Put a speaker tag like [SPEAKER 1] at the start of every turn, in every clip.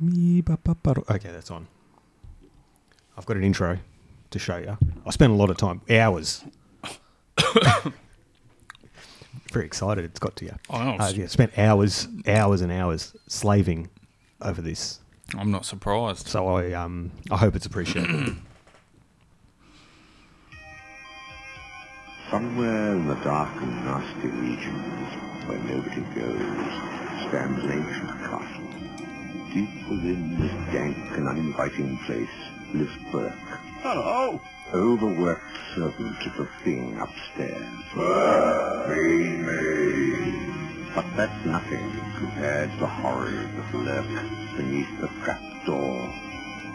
[SPEAKER 1] Me ba ba ba. Okay, that's on. I've got an intro to show you. I spent a lot of time, hours. Very excited. It's got to you.
[SPEAKER 2] I know.
[SPEAKER 1] Uh, yeah, spent hours, hours and hours slaving over this.
[SPEAKER 2] I'm not surprised.
[SPEAKER 1] So I, um, I hope it's appreciated.
[SPEAKER 3] Somewhere in the dark and nasty regions where nobody goes stands an ancient castle. Deep within this dank and uninviting place lives Burke. Hello! Overworked servant of the thing upstairs. But that's nothing compared to the horrors that lurk beneath the trapdoor.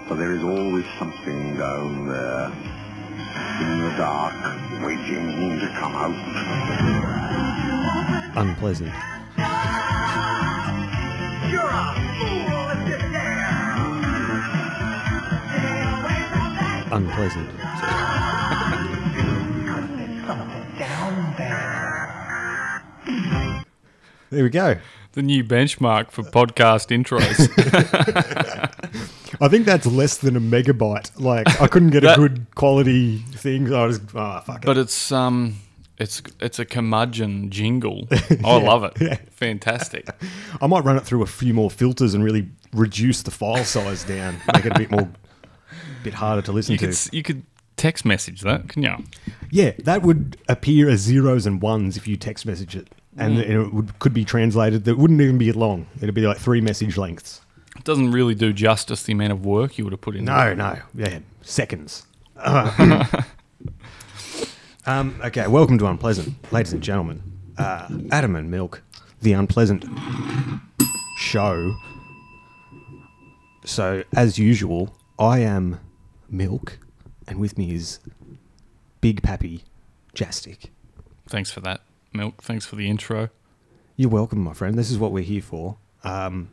[SPEAKER 3] For there is always something down there in the dark, waiting to come out.
[SPEAKER 1] Unpleasant.
[SPEAKER 4] You're a fool if you dare. Stay away from that
[SPEAKER 1] Unpleasant.
[SPEAKER 4] something down there.
[SPEAKER 1] There we go.
[SPEAKER 2] The new benchmark for podcast intros.
[SPEAKER 1] I think that's less than a megabyte. Like I couldn't get
[SPEAKER 2] That-
[SPEAKER 1] a good quality thing. so I was oh fuck it.
[SPEAKER 2] but it's um it's it's a curmudgeon jingle. Oh, I love it. Fantastic.
[SPEAKER 1] I might run it through a few more filters and really reduce the file size down, make it a bit more, bit harder to listen
[SPEAKER 2] You
[SPEAKER 1] to.
[SPEAKER 2] could s- you could text message that, can you?
[SPEAKER 1] yeah, that would appear as zeros and ones if you text message it, and it would, could be translated. That wouldn't even be long. It'd be like three message lengths.
[SPEAKER 2] It doesn't really do justice the amount of work you would have put in.
[SPEAKER 1] No, no, yeah, seconds. um, okay, welcome to Unpleasant, ladies and gentlemen. Uh, Adam and Milk, the Unpleasant show. So, as usual, I am Milk, and with me is Big Pappy Jastic.
[SPEAKER 2] Thanks for that, Milk. Thanks for the intro.
[SPEAKER 1] You're welcome, my friend. This is what we're here for. Um,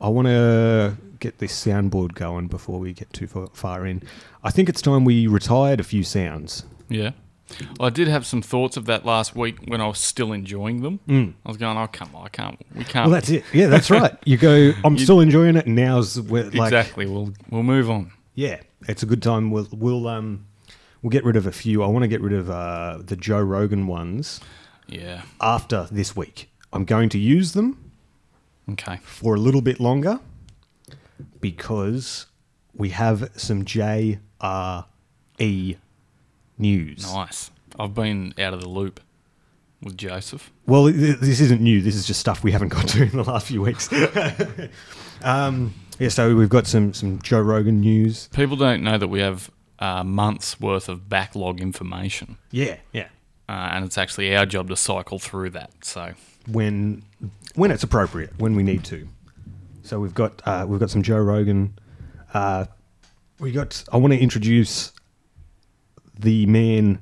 [SPEAKER 1] I want to get this soundboard going before we get too fa- far in. I think it's time we retired a few sounds.
[SPEAKER 2] Yeah. Well, I did have some thoughts of that last week when I was still enjoying them. Mm. I was going, oh come on, I can't. We can't.
[SPEAKER 1] Well, that's it. Yeah, that's right. You go. I'm still enjoying it. and Now's where, like,
[SPEAKER 2] exactly. We'll we'll move on.
[SPEAKER 1] yeah, it's a good time. We'll we'll um we'll get rid of a few. I want to get rid of uh, the Joe Rogan ones
[SPEAKER 2] Yeah.
[SPEAKER 1] after this week. I'm going to use them.
[SPEAKER 2] Okay.
[SPEAKER 1] for a little bit longer because we have some JRE news.
[SPEAKER 2] Nice. I've been out of the loop with Joseph.
[SPEAKER 1] Well, th- this isn't new. This is just stuff we haven't got to in the last few weeks. um, yeah, so we've got some, some Joe Rogan news.
[SPEAKER 2] People don't know that we have uh, months worth of backlog information,
[SPEAKER 1] Yeah, yeah.
[SPEAKER 2] uh, and it's actually our job to cycle through that. So
[SPEAKER 1] When when it's appropriate, when we need to. So we've got uh, we've got some Joe Rogan. Uh, we got. I want to introduce the man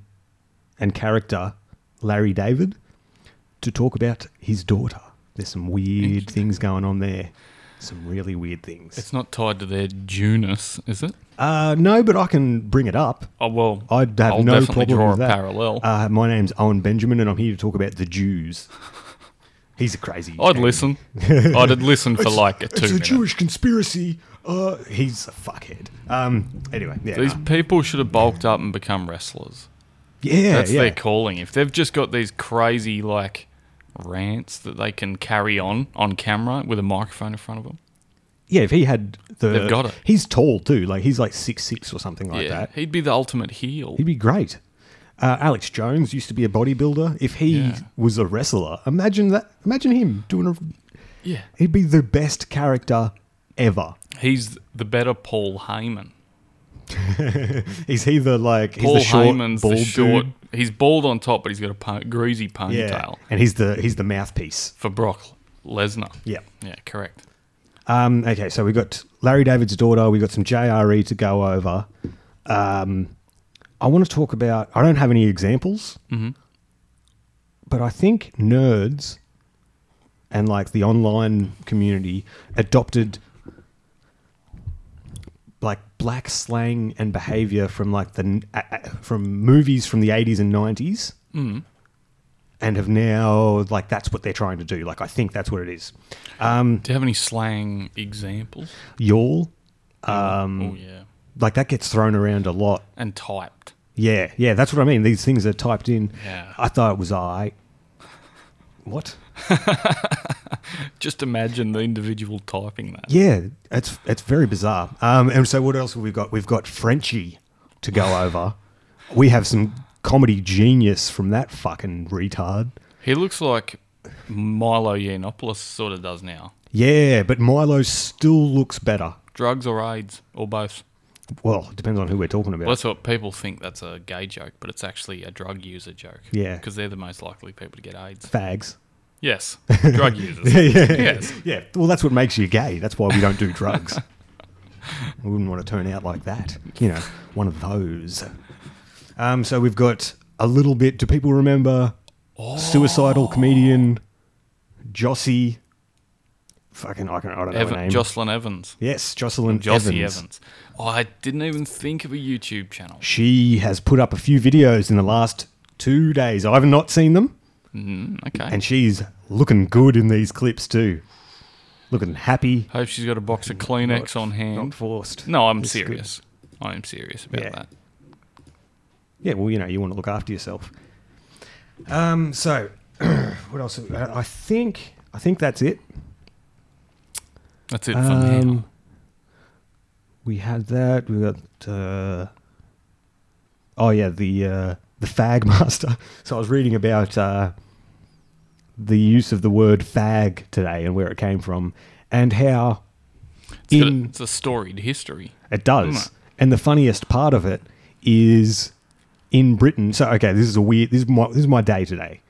[SPEAKER 1] and character Larry David to talk about his daughter. There's some weird things going on there. Some really weird things.
[SPEAKER 2] it's not tied to their Junus, is it?
[SPEAKER 1] Uh, no, but I can bring it up.
[SPEAKER 2] Oh well,
[SPEAKER 1] I'd have
[SPEAKER 2] I'll
[SPEAKER 1] no
[SPEAKER 2] definitely
[SPEAKER 1] problem
[SPEAKER 2] draw
[SPEAKER 1] with
[SPEAKER 2] a
[SPEAKER 1] that.
[SPEAKER 2] parallel.
[SPEAKER 1] Uh, my name's Owen Benjamin, and I'm here to talk about the Jews. He's a crazy.
[SPEAKER 2] I'd
[SPEAKER 1] and-
[SPEAKER 2] listen. I'd listen for like a two
[SPEAKER 1] It's a
[SPEAKER 2] minutes.
[SPEAKER 1] Jewish conspiracy. Uh, he's a fuckhead. Um. Anyway, yeah,
[SPEAKER 2] These
[SPEAKER 1] nah.
[SPEAKER 2] people should have bulked up and become wrestlers.
[SPEAKER 1] yeah,
[SPEAKER 2] That's
[SPEAKER 1] yeah.
[SPEAKER 2] their calling. If they've just got these crazy like rants that they can carry on on camera with a microphone in front of them,
[SPEAKER 1] yeah. If he had the,
[SPEAKER 2] They've got it.
[SPEAKER 1] He's tall too. Like he's like six six or something like
[SPEAKER 2] yeah,
[SPEAKER 1] that.
[SPEAKER 2] he'd be the ultimate heel.
[SPEAKER 1] He'd be great. Uh, Alex Jones used to be a bodybuilder. If he
[SPEAKER 2] Yeah.
[SPEAKER 1] was a wrestler, imagine that. Imagine him doing a.
[SPEAKER 2] Yeah,
[SPEAKER 1] He'd be the best character ever.
[SPEAKER 2] He's the better Paul Heyman.
[SPEAKER 1] He's either like
[SPEAKER 2] Paul
[SPEAKER 1] he's the short,
[SPEAKER 2] Heyman's
[SPEAKER 1] bald
[SPEAKER 2] the short.
[SPEAKER 1] dude.
[SPEAKER 2] He's bald on top, but he's got a po- greasy
[SPEAKER 1] yeah,
[SPEAKER 2] ponytail
[SPEAKER 1] and he's the he's the mouthpiece.
[SPEAKER 2] for Brock Lesnar.
[SPEAKER 1] Yeah.
[SPEAKER 2] yeah, correct.
[SPEAKER 1] Um, okay, so we got Larry David's daughter. We got some JRE to go over. Um, I want to talk about. I don't have any examples, but I think nerds and like the online community adopted like black slang and behavior from like the n- a- a- from movies from the eighties and nineties, and have now like that's what they're trying to do. Like I think that's what it is.
[SPEAKER 2] Do you have any slang examples?
[SPEAKER 1] Y'all Hmm.
[SPEAKER 2] oh yeah,
[SPEAKER 1] like that gets thrown around a lot.
[SPEAKER 2] and typed.
[SPEAKER 1] Yeah, yeah, that's what I mean. These things are typed in.
[SPEAKER 2] Yeah.
[SPEAKER 1] I thought it was I. What?
[SPEAKER 2] Just imagine the individual typing that.
[SPEAKER 1] Yeah, it's it's very bizarre. Um, and so what else have we got? We've got Frenchie to go over. we have some comedy genius from that fucking retard.
[SPEAKER 2] He looks like Milo Yiannopoulos sort of does now.
[SPEAKER 1] Yeah, but Milo still looks better.
[SPEAKER 2] Drugs or AIDS or both.
[SPEAKER 1] Well, it depends on who we're talking about.
[SPEAKER 2] Well, that's what people think that's a gay joke, but it's actually a drug user joke.
[SPEAKER 1] Yeah.
[SPEAKER 2] Because they're the most likely people to get AIDS.
[SPEAKER 1] Fags.
[SPEAKER 2] Yes. drug users. Yes.
[SPEAKER 1] Yeah. Well, that's what makes you gay. That's why we don't do drugs. we wouldn't want to turn out like that. You know, one of those. Um, so we've got a little bit. Do people remember
[SPEAKER 2] Oh.
[SPEAKER 1] suicidal comedian Jossie? Fucking, I, can, I don't know her
[SPEAKER 2] Evan,
[SPEAKER 1] name.
[SPEAKER 2] Jocelyn Evans.
[SPEAKER 1] yes, Jocelyn
[SPEAKER 2] Jossie
[SPEAKER 1] Evans.
[SPEAKER 2] Evans. Oh, I didn't even think of a YouTube channel.
[SPEAKER 1] She has put up a few videos in the last two days. I've not seen them,
[SPEAKER 2] Okay.
[SPEAKER 1] and she's looking good in these clips too. Looking happy,
[SPEAKER 2] Hope she's got a box of Kleenex on
[SPEAKER 1] not
[SPEAKER 2] hand.
[SPEAKER 1] forced.
[SPEAKER 2] No, I'm
[SPEAKER 1] It's good.
[SPEAKER 2] serious. I am serious about
[SPEAKER 1] Yeah.
[SPEAKER 2] that.
[SPEAKER 1] yeah, well, you know, you want to look after yourself. Um, so, what else? have- I I think I think that's it.
[SPEAKER 2] That's it for now.
[SPEAKER 1] Um, we had that. We got. Uh, oh yeah, the uh, the fag master. So I was reading about uh, the use of the word fag today and where it came from, and how
[SPEAKER 2] It's, got a-
[SPEAKER 1] in-
[SPEAKER 2] it's a storied history.
[SPEAKER 1] it does.
[SPEAKER 2] Doesn't it?
[SPEAKER 1] And the funniest part of it is in Britain. So okay, this is a weird. This is my this is my day today.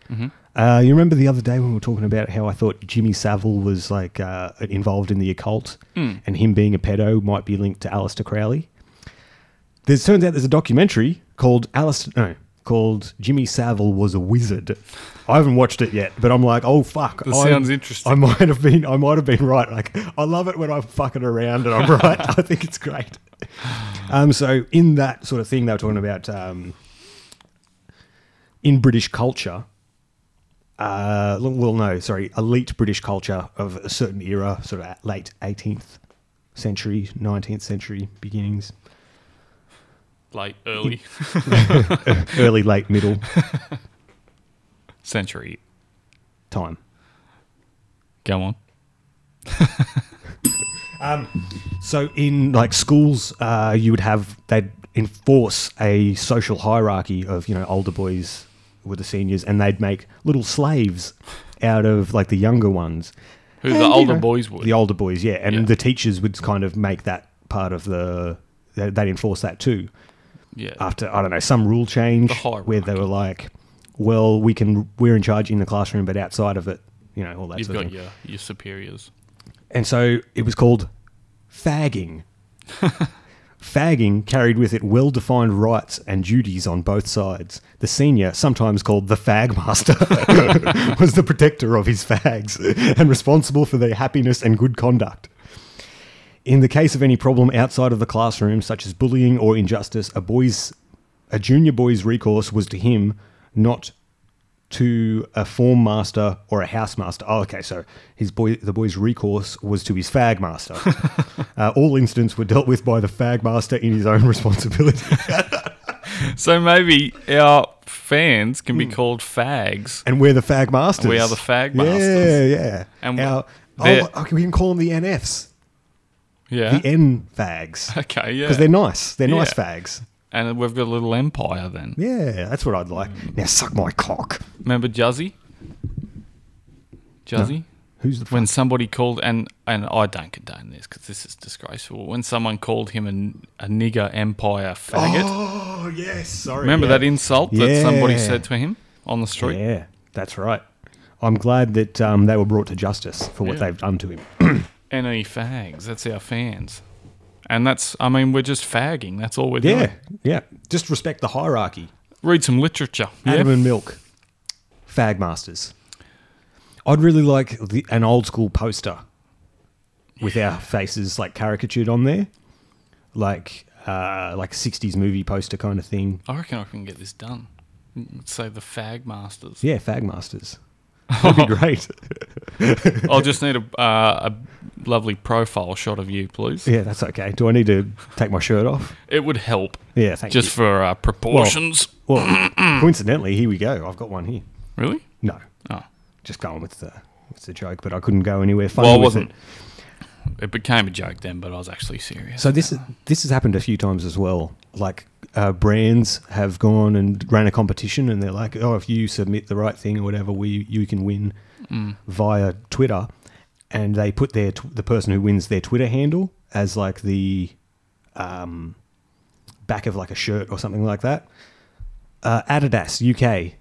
[SPEAKER 1] Uh, you remember the other day when we were talking about how I thought Jimmy Savile was like uh, involved in the occult, and him being a pedo might be linked to Alistair Crowley. There's turns out there's a documentary called Alistair no called Jimmy Savile was a wizard. I haven't watched it yet, but I'm like, oh fuck,
[SPEAKER 2] That
[SPEAKER 1] I-
[SPEAKER 2] sounds interesting.
[SPEAKER 1] I might have been I might have been right. Like I love it when I'm fucking around and I'm right. I think it's great. Um, so in that sort of thing, they were talking about um, in British culture. Uh, well, no, sorry, elite British culture of a certain era, sort of late 18th century, 19th century beginnings,
[SPEAKER 2] Late, early
[SPEAKER 1] early, late, middle
[SPEAKER 2] century.
[SPEAKER 1] time.
[SPEAKER 2] Go on.
[SPEAKER 1] So in like schools, uh, you would have they'd enforce a social hierarchy of you know older boys were the seniors, and they'd make little slaves out of like the younger ones.
[SPEAKER 2] Who the
[SPEAKER 1] And, you
[SPEAKER 2] older
[SPEAKER 1] know,
[SPEAKER 2] boys would.
[SPEAKER 1] The older boys, yeah, and
[SPEAKER 2] Yeah.
[SPEAKER 1] the teachers would kind of make that part of the they- they'd enforce that too.
[SPEAKER 2] yeah.
[SPEAKER 1] After I don't know some rule change
[SPEAKER 2] hierarchy.
[SPEAKER 1] where they were like, well, we can we're in charge in the classroom, but outside of it, you know, all that
[SPEAKER 2] You've
[SPEAKER 1] sort of
[SPEAKER 2] got
[SPEAKER 1] thing.
[SPEAKER 2] your, your superiors.
[SPEAKER 1] And so it was called fagging. fagging carried with it well defined rights and duties on both sides. The senior, sometimes called the fag master, was the protector of his fags and responsible for their happiness and good conduct. In the case of any problem outside of the classroom, such as bullying or injustice, a boy's a junior boy's recourse was to him, not to a form master or a house master. Oh, okay, so his boy, the boy's recourse was to his fag master. uh, all incidents were dealt with by the fag master in his own responsibility.
[SPEAKER 2] So maybe our fans can
[SPEAKER 1] Hmm.
[SPEAKER 2] be called fags.
[SPEAKER 1] and we're the fag masters.
[SPEAKER 2] We are the fag
[SPEAKER 1] Yeah,
[SPEAKER 2] masters.
[SPEAKER 1] yeah.
[SPEAKER 2] And
[SPEAKER 1] And Our,
[SPEAKER 2] they're-
[SPEAKER 1] oh, okay, we can call them the NFs,
[SPEAKER 2] Yeah.
[SPEAKER 1] the N fags, because
[SPEAKER 2] okay, yeah.
[SPEAKER 1] they're nice. They're nice
[SPEAKER 2] Yeah.
[SPEAKER 1] fags.
[SPEAKER 2] and we've got a little empire then.
[SPEAKER 1] Yeah, that's what I'd like.
[SPEAKER 2] Mm.
[SPEAKER 1] Now suck my cock.
[SPEAKER 2] Remember Juzzy? Juzzy?
[SPEAKER 1] Who's the
[SPEAKER 2] When somebody called, and, and I don't condone this because this is disgraceful. When someone called him an, a nigger empire faggot,
[SPEAKER 1] Oh yes, sorry.
[SPEAKER 2] remember that insult that somebody
[SPEAKER 1] Yeah.
[SPEAKER 2] said to him on the street?
[SPEAKER 1] Yeah, that's right. I'm glad that um, they were brought to justice for what
[SPEAKER 2] Yeah.
[SPEAKER 1] they've done to him.
[SPEAKER 2] NE E fags, that's our fans. And that's, I mean, we're just fagging. That's all we're
[SPEAKER 1] Yeah,
[SPEAKER 2] doing.
[SPEAKER 1] yeah. Just respect the hierarchy.
[SPEAKER 2] Read some literature.
[SPEAKER 1] Adam
[SPEAKER 2] Yeah.
[SPEAKER 1] and Milk, Fag Masters. I'd really like the, an old school poster with our faces like caricatured on there, like uh, like '60s movie poster kind of thing.
[SPEAKER 2] I reckon I can get this done. say the Fag Masters.
[SPEAKER 1] Yeah, Fag Masters. That'd be great.
[SPEAKER 2] I'll just need a, uh, a lovely profile shot of you, please.
[SPEAKER 1] yeah, that's okay. Do I need to take my shirt off?
[SPEAKER 2] It would help
[SPEAKER 1] Yeah, thank
[SPEAKER 2] just
[SPEAKER 1] you.
[SPEAKER 2] for uh, proportions.
[SPEAKER 1] Well, coincidentally, here we go. I've got one here.
[SPEAKER 2] really?
[SPEAKER 1] No,
[SPEAKER 2] Oh.
[SPEAKER 1] just going with the with the joke, but I couldn't go anywhere funny
[SPEAKER 2] Well, I
[SPEAKER 1] with
[SPEAKER 2] wasn't.
[SPEAKER 1] it.
[SPEAKER 2] It became a joke then, but I was actually serious.
[SPEAKER 1] So this is- this has happened a few times as well. Like uh, brands have gone and ran a competition, and they're like, "Oh, if you submit the right thing or whatever, we you can win via Twitter." And they put their tw- the person who wins their Twitter handle as like the um, back of like a shirt or something like that. Uh, Adidas UK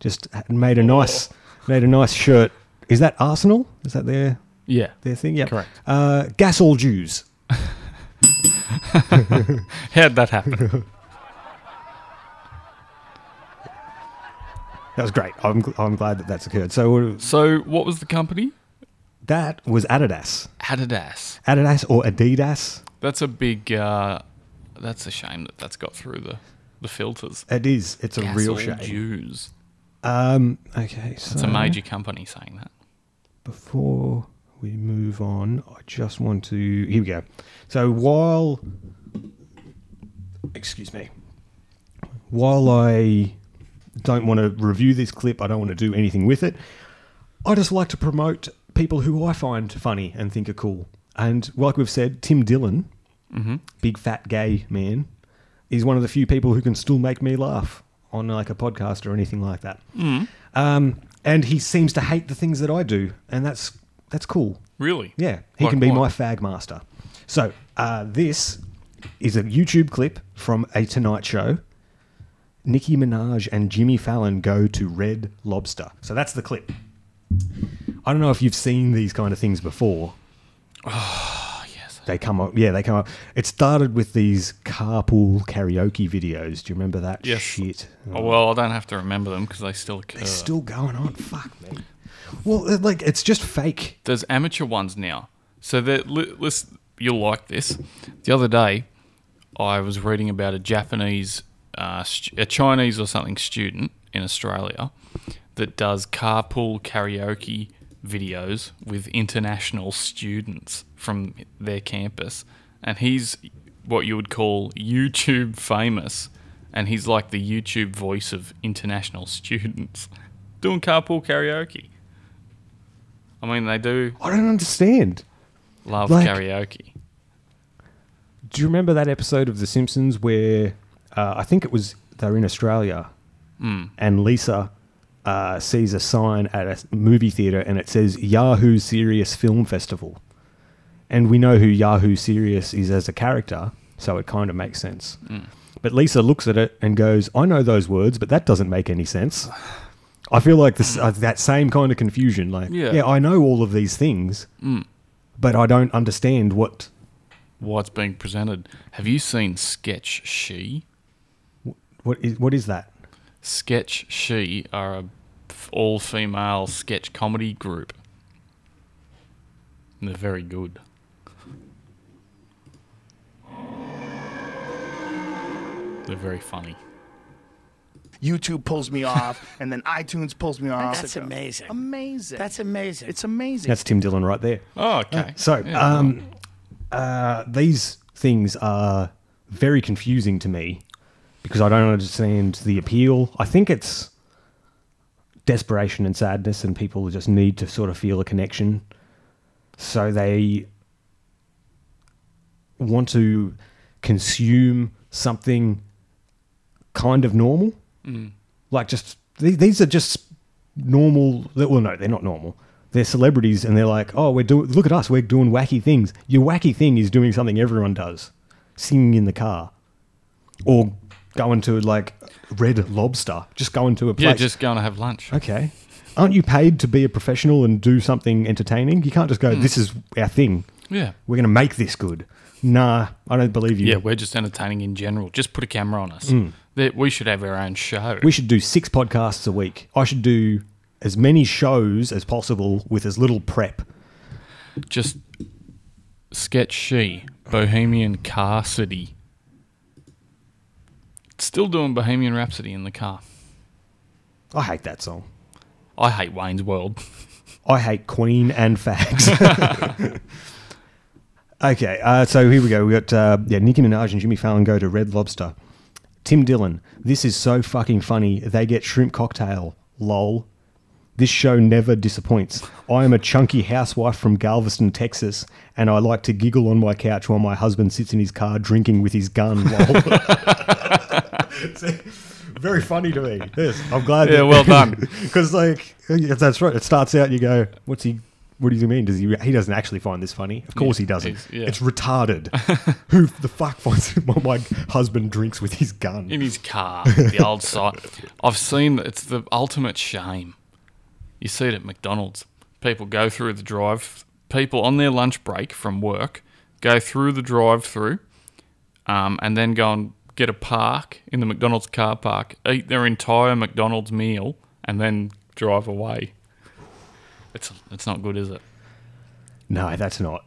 [SPEAKER 1] just ha- made a nice made a nice shirt. Is that Arsenal? Is that their
[SPEAKER 2] yeah.
[SPEAKER 1] their thing. Yeah,
[SPEAKER 2] Correct.
[SPEAKER 1] Uh, gas all Jews.
[SPEAKER 2] How'd that happen?
[SPEAKER 1] That was great. I'm gl- I'm glad that that's occurred. So uh,
[SPEAKER 2] so, what was the company?
[SPEAKER 1] that was Adidas,
[SPEAKER 2] Adidas.
[SPEAKER 1] Adidas or Adidas.
[SPEAKER 2] That's a big. Uh, that's a shame that that's got through the, the filters.
[SPEAKER 1] It is. It's a real
[SPEAKER 2] Castle
[SPEAKER 1] shame.
[SPEAKER 2] Jews.
[SPEAKER 1] Um. Okay. So
[SPEAKER 2] It's a major company saying that.
[SPEAKER 1] before we move on, I just want to. Here we go. So while, excuse me, while I don't want to review this clip, I don't want to do anything with it. I just like to promote people who I find funny and think are cool. And like we've said, Tim Dillon, big fat gay man, is one of the few people who can still make me laugh on like a podcast or anything like that. Um, and he seems to hate the things that I do, and that's that's cool.
[SPEAKER 2] Really?
[SPEAKER 1] Yeah, he
[SPEAKER 2] Like
[SPEAKER 1] can be
[SPEAKER 2] what?
[SPEAKER 1] my fag master. So uh, this is a YouTube clip from a Tonight Show. Nicki Minaj and Jimmy Fallon go to Red Lobster. So that's the clip. I don't know if you've seen these kind of things before.
[SPEAKER 2] Ah, yes.
[SPEAKER 1] They come up, yeah. They come up. It started with these carpool karaoke videos. Do you remember that
[SPEAKER 2] Yes.
[SPEAKER 1] shit?
[SPEAKER 2] Oh, well, I don't have to remember them because they still occur.
[SPEAKER 1] It's still going on. Fuck me. Uh. Well, it- like it's just fake.
[SPEAKER 2] There's amateur ones now. So that li- listen, you'll like this. The other day, I was reading about a Japanese, uh, stu- a Chinese or something student in Australia that does carpool karaoke videos with international students from their campus, and he's what you would call YouTube famous, and he's like the YouTube voice of international students doing carpool karaoke. I mean, they do
[SPEAKER 1] I don't understand.
[SPEAKER 2] love
[SPEAKER 1] Like-
[SPEAKER 2] karaoke.
[SPEAKER 1] Do you remember that episode of The Simpsons where uh, I think it was they're in Australia and Lisa uh, sees a sign at a s- movie theater and it says Yahoo Serious Film Festival, and we know who Yahoo Serious is as a character, so it kind of makes sense. But Lisa looks at it and goes, "I know those words, but that doesn't make any sense." I feel like this uh, that same kind of confusion. Like,
[SPEAKER 2] Yeah.
[SPEAKER 1] yeah, I know all of these things, but I don't understand what
[SPEAKER 2] What's being presented? Have you seen Sketch She?
[SPEAKER 1] what is what is that.
[SPEAKER 2] Sketch She are a f- all-female sketch comedy group. And they're very good. They're very funny.
[SPEAKER 5] YouTube pulls me off, and then iTunes pulls me off.
[SPEAKER 6] That's
[SPEAKER 5] It goes-
[SPEAKER 6] amazing.
[SPEAKER 5] Amazing.
[SPEAKER 6] That's amazing.
[SPEAKER 5] it's amazing.
[SPEAKER 1] That's Tim Dillon right there.
[SPEAKER 2] Oh, okay.
[SPEAKER 1] So,
[SPEAKER 2] Yeah,
[SPEAKER 1] um, uh, these things are very confusing to me because I don't understand the appeal. I think it's desperation and sadness, and people just need to sort of feel a connection. So they want to consume something kind of normal.
[SPEAKER 2] Mm.
[SPEAKER 1] Like, just th- these are just normal. Well, no, they're not normal. They're celebrities, and they're like, oh, we're doing. Look at us, we're doing wacky things. Your wacky thing is doing something everyone does, singing in the car, or going to like Red Lobster, just going to a place.
[SPEAKER 2] yeah just going to have lunch.
[SPEAKER 1] Okay. Aren't you paid to be a professional and do something entertaining? You can't just go,
[SPEAKER 2] Mm.
[SPEAKER 1] this is our thing.
[SPEAKER 2] Yeah.
[SPEAKER 1] We're going to make this good. Nah, I don't believe you.
[SPEAKER 2] Yeah, we're just entertaining in general. Just put a camera on us.
[SPEAKER 1] Mm.
[SPEAKER 2] That We should have our own show.
[SPEAKER 1] We should do six podcasts a week. I should do as many shows as possible with as little prep.
[SPEAKER 2] just sketch she bohemian car city Still doing Bohemian Rhapsody in the car.
[SPEAKER 1] I hate that song.
[SPEAKER 2] I hate Wayne's World.
[SPEAKER 1] I hate Queen and fags. okay, uh, so here we go. We got uh, yeah, Nicki Minaj and Jimmy Fallon go to Red Lobster. Tim Dillon, this is so fucking funny. They get shrimp cocktail. Lol. This show never disappoints. I am a chunky housewife from Galveston, Texas, and I like to giggle on my couch while my husband sits in his car drinking with his gun. Lol. Very funny to me. Yes, I'm glad.
[SPEAKER 2] Yeah, well done.
[SPEAKER 1] Because like yeah, that's right. It starts out and you go, "What's he? What do you mean? Does he? He doesn't actually find this funny. Of course he doesn't.
[SPEAKER 2] he's- yeah.
[SPEAKER 1] It's retarded. Who the fuck finds it? Well, my husband drinks with his gun.
[SPEAKER 2] in his car, the old site. I've seen it's the ultimate shame. You see it at McDonald's. People go through the drive. People on their lunch break from work go through the drive-through, um, and then go and get a park in the McDonald's car park, eat their entire McDonald's meal, and then drive away. It's it's not good, is it?
[SPEAKER 1] no, that's not.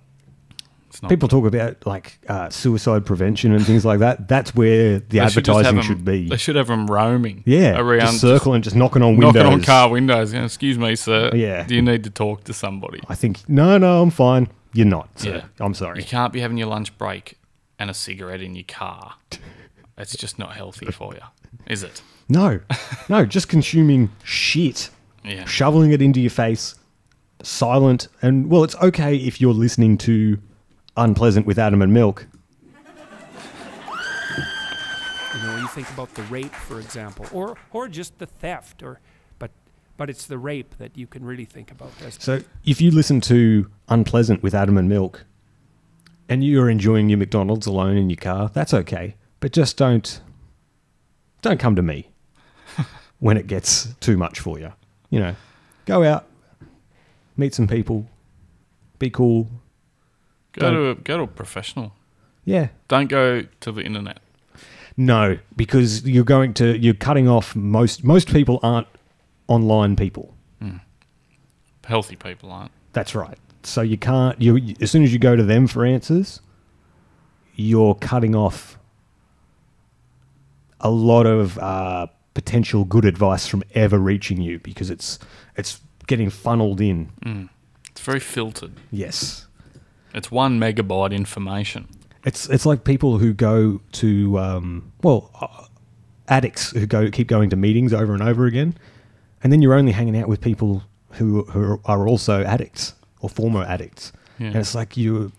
[SPEAKER 2] It's not.
[SPEAKER 1] People talk about like uh, suicide prevention and things like that. That's where the
[SPEAKER 2] They just have
[SPEAKER 1] advertising
[SPEAKER 2] 'em-
[SPEAKER 1] should be.
[SPEAKER 2] They should have them roaming.
[SPEAKER 1] yeah,
[SPEAKER 2] around
[SPEAKER 1] just circle and just knocking on windows.
[SPEAKER 2] knocking on car windows. going, Excuse me, sir.
[SPEAKER 1] Yeah.
[SPEAKER 2] Do you need to talk to somebody?
[SPEAKER 1] I think no, no, I'm fine. You're not. Sir. I'm
[SPEAKER 2] You
[SPEAKER 1] sorry.
[SPEAKER 2] can't be having your lunch break and a cigarette in your car. It's just not healthy for you, is it?
[SPEAKER 1] No, no, just consuming shit,
[SPEAKER 2] Yeah.
[SPEAKER 1] shoveling it into your face, silent. And well, it's okay if you're listening to Unpleasant with Adam and Milk.
[SPEAKER 6] You know, when you think about the rape, for example, or or just the theft, or but but it's the rape that you can really think about as
[SPEAKER 1] So if you listen to Unpleasant with Adam and Milk and you're enjoying your McDonald's alone in your car, that's okay. But just don't don't come to me when it gets too much for you. You know, go out, meet some people, be cool.
[SPEAKER 2] Go to a, go to a professional.
[SPEAKER 1] Yeah.
[SPEAKER 2] Don't go to the internet.
[SPEAKER 1] No, because you're going to you're cutting off most most people aren't online people.
[SPEAKER 2] Healthy people aren't.
[SPEAKER 1] That's right. So you can't. You as soon as you go to them for answers, you're cutting off a lot of uh, potential good advice from ever reaching you because it's it's getting funneled in.
[SPEAKER 2] It's very filtered.
[SPEAKER 1] Yes,
[SPEAKER 2] It's one megabyte information.
[SPEAKER 1] it's it's like people who go to um, well uh, addicts who go keep going to meetings over and over again, and then you're only hanging out with people who who are also addicts or former addicts,
[SPEAKER 2] Yeah.
[SPEAKER 1] and it's like you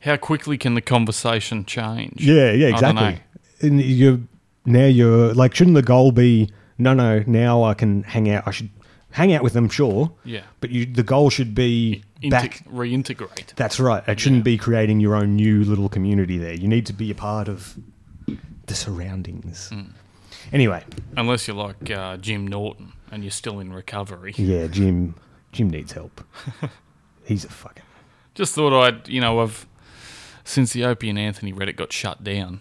[SPEAKER 2] How quickly can the conversation change?
[SPEAKER 1] Yeah, yeah,
[SPEAKER 2] I don't know.
[SPEAKER 1] exactly. And you're now you're like, shouldn't the goal be no, no? Now I can hang out. I should hang out with them, sure.
[SPEAKER 2] Yeah.
[SPEAKER 1] But you, the goal should be
[SPEAKER 2] Inte-
[SPEAKER 1] back.
[SPEAKER 2] Reintegrate.
[SPEAKER 1] That's right. It shouldn't be creating your own new little community there. You need to be a part of the surroundings.
[SPEAKER 2] Hmm.
[SPEAKER 1] Anyway,
[SPEAKER 2] Unless you're like uh, Jim Norton and you're still in recovery.
[SPEAKER 1] yeah, Jim. Jim needs help. He's a fucking.
[SPEAKER 2] Just thought I'd, you know, I've since the Opie and Anthony Reddit got shut down,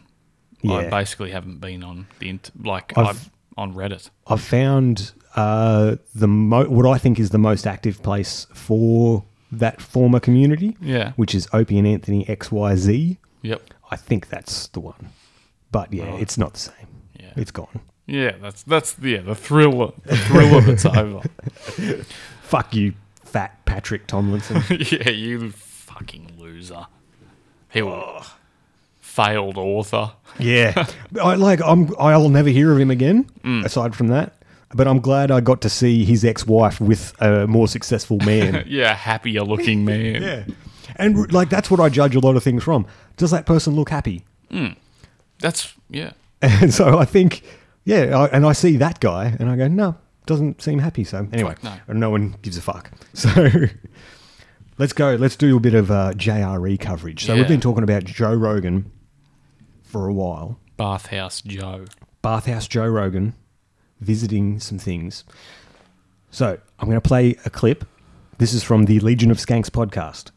[SPEAKER 2] I
[SPEAKER 1] Yeah.
[SPEAKER 2] basically haven't been on the int- like
[SPEAKER 1] I've-
[SPEAKER 2] I've, on Reddit.
[SPEAKER 1] I've found uh, the mo- what I think is the most active place for that former community.
[SPEAKER 2] Yeah.
[SPEAKER 1] which is Opie and Anthony XYZ.
[SPEAKER 2] Yep.
[SPEAKER 1] I think that's the one. But yeah, it's not the same.
[SPEAKER 2] Yeah.
[SPEAKER 1] It's gone.
[SPEAKER 2] Yeah, that's that's yeah the thrill the thrill of it's over.
[SPEAKER 1] Fuck you, fat Patrick Tomlinson.
[SPEAKER 2] yeah, you fucking loser. He was failed author.
[SPEAKER 1] yeah, But I, like I'm. I'll never hear of him again.
[SPEAKER 2] Mm.
[SPEAKER 1] Aside from that, but I'm glad I got to see his ex-wife with a more successful man.
[SPEAKER 2] Yeah, happier looking man.
[SPEAKER 1] yeah, and like that's what I judge a lot of things from. Does that person look happy?
[SPEAKER 2] That's yeah.
[SPEAKER 1] And so I think, yeah, I, and I see that guy and I go, no, doesn't seem happy. So anyway,
[SPEAKER 2] No.
[SPEAKER 1] no one gives a fuck. So let's go. Let's do a bit of uh, JRE coverage. So we've
[SPEAKER 2] Yeah.
[SPEAKER 1] been talking about Joe Rogan for a while.
[SPEAKER 2] Bathhouse Joe.
[SPEAKER 1] Bathhouse Joe Rogan visiting some things. So I'm going to play a clip. This is from the Legion of Skanks podcast.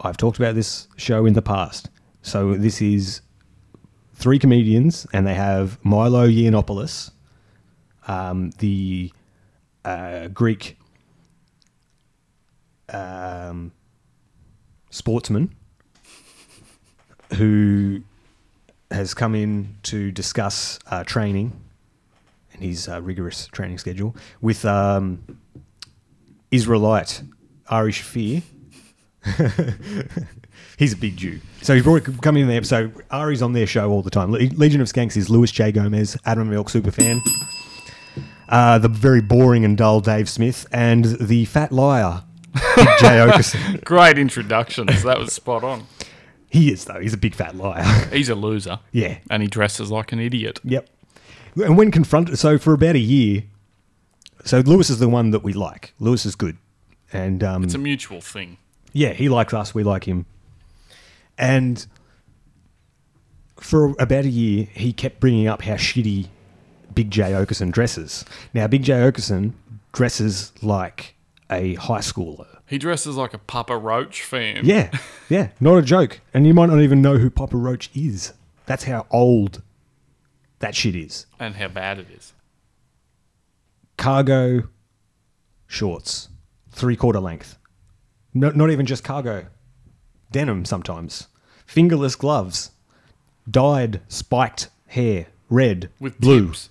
[SPEAKER 1] I've talked about this show in the past. So this is three comedians, and they have Milo Yiannopoulos, um, the uh, Greek um, sportsman, who has come in to discuss uh, training and his uh, rigorous training schedule with um, Israelite Ari Shafir. he's a big Jew. So he's brought coming in there. So Ari's on their show all the time. Le- Legion of Skanks is Louis J. Gomez, Adam Milk superfan, uh, the very boring and dull Dave Smith, and the fat liar, Big J. Okerson.
[SPEAKER 2] Great introductions. That was spot on.
[SPEAKER 1] He is, though. He's a big fat liar.
[SPEAKER 2] He's a loser.
[SPEAKER 1] Yeah.
[SPEAKER 2] And he dresses like an idiot.
[SPEAKER 1] Yep. And when confronted, so for about a year, so Lewis is the one that we like. Lewis is good, and um,
[SPEAKER 2] It's a mutual thing.
[SPEAKER 1] yeah, he likes us, we like him, and for about a year, he kept bringing up how shitty Big J Okerson dresses. Now, Big J Okerson dresses like a high schooler.
[SPEAKER 2] He dresses like a Papa Roach fan.
[SPEAKER 1] Yeah, yeah, not a joke. And you might not even know who Papa Roach is. That's how old that shit is.
[SPEAKER 2] And how bad it is.
[SPEAKER 1] cargo shorts, three quarter length. No, not even just cargo, denim sometimes, fingerless gloves, dyed spiked hair, red
[SPEAKER 2] With
[SPEAKER 1] blue.
[SPEAKER 2] tips.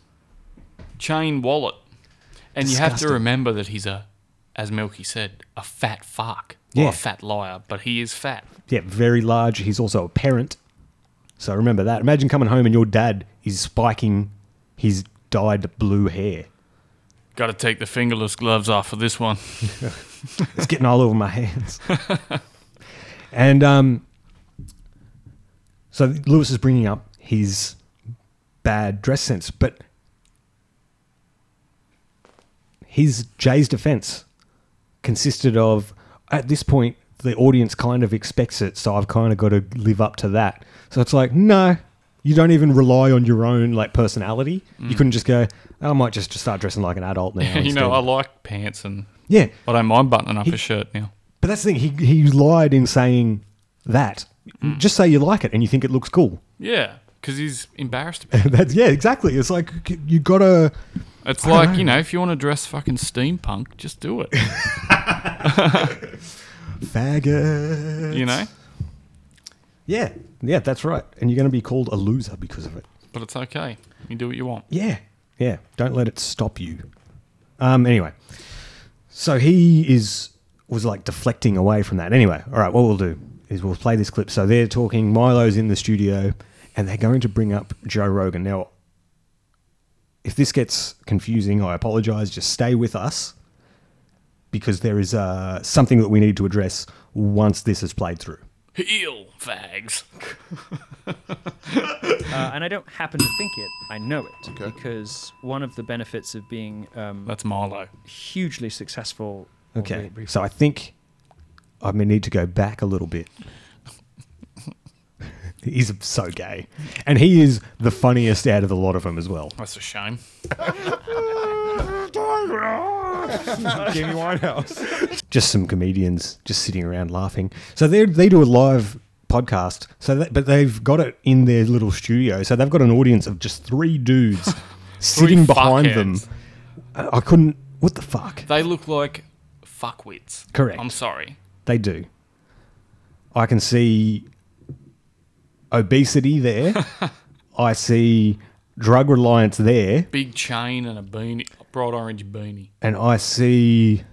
[SPEAKER 2] Chain wallet. And you have to
[SPEAKER 1] Disgusting.
[SPEAKER 2] remember that he's a, as Milky said, a fat fuck. Or
[SPEAKER 1] Yeah.
[SPEAKER 2] a fat liar, but he is fat.
[SPEAKER 1] Yeah, very large. He's also a parent, so remember that. Imagine coming home and your dad is spiking his dyed blue hair.
[SPEAKER 2] Gotta take the fingerless gloves off for this one.
[SPEAKER 1] It's getting all over my hands. and um, so Lewis is bringing up his bad dress sense, but his Jay's defense consisted of at this point the audience kind of expects it, so I've kind of got to live up to that. So it's like no. You don't even rely on your own like personality. You couldn't just go. "Oh, I might just start dressing like an adult now.
[SPEAKER 2] Mm. you
[SPEAKER 1] instead."
[SPEAKER 2] know, I like pants and
[SPEAKER 1] yeah,
[SPEAKER 2] I don't mind buttoning up a shirt now.
[SPEAKER 1] but that's the thing. He he lied in saying that.
[SPEAKER 2] Mm.
[SPEAKER 1] Just say you like it and you think it looks cool.
[SPEAKER 2] Yeah, because he's embarrassed about it.
[SPEAKER 1] That's yeah, exactly. It's like you gotta.
[SPEAKER 2] It's like, you know, if you want to dress fucking steampunk, just do it.
[SPEAKER 1] Faggot.
[SPEAKER 2] you know?
[SPEAKER 1] Yeah, yeah, that's right. And you're gonna be called a loser because of it.
[SPEAKER 2] But it's okay. You do what you want.
[SPEAKER 1] Yeah, yeah. Don't let it stop you. Um. Anyway, so he is was like deflecting away from that. Anyway, all right. What we'll do is we'll play this clip. So they're talking. Milo's in the studio, and they're going to bring up Joe Rogan. Now, if this gets confusing, I apologize. Just stay with us because there is uh, something that we need to address once this is played through.
[SPEAKER 2] Heel fags.
[SPEAKER 7] Uh, and I don't happen to think it, I know it. Because one of the benefits of being um,
[SPEAKER 2] That's Milo.
[SPEAKER 7] hugely successful.
[SPEAKER 1] Okay.
[SPEAKER 7] albeit brief-
[SPEAKER 1] So I think I may need to go back a little bit. He's so gay. And he is the funniest out of the lot of them as well.
[SPEAKER 2] That's a shame.
[SPEAKER 1] Jimmy Winehouse. Just some comedians just sitting around laughing. So they they do a live podcast. So that, but they've got it in their little studio. So they've got an audience of just three dudes sitting behind them.
[SPEAKER 2] fuckheads.
[SPEAKER 1] I I couldn't. What the fuck?
[SPEAKER 2] They look like fuckwits.
[SPEAKER 1] Correct.
[SPEAKER 2] I'm sorry.
[SPEAKER 1] They do. I can see obesity there. I see drug reliance there,
[SPEAKER 2] Big chain and a beanie, a bright orange beanie.
[SPEAKER 1] and I see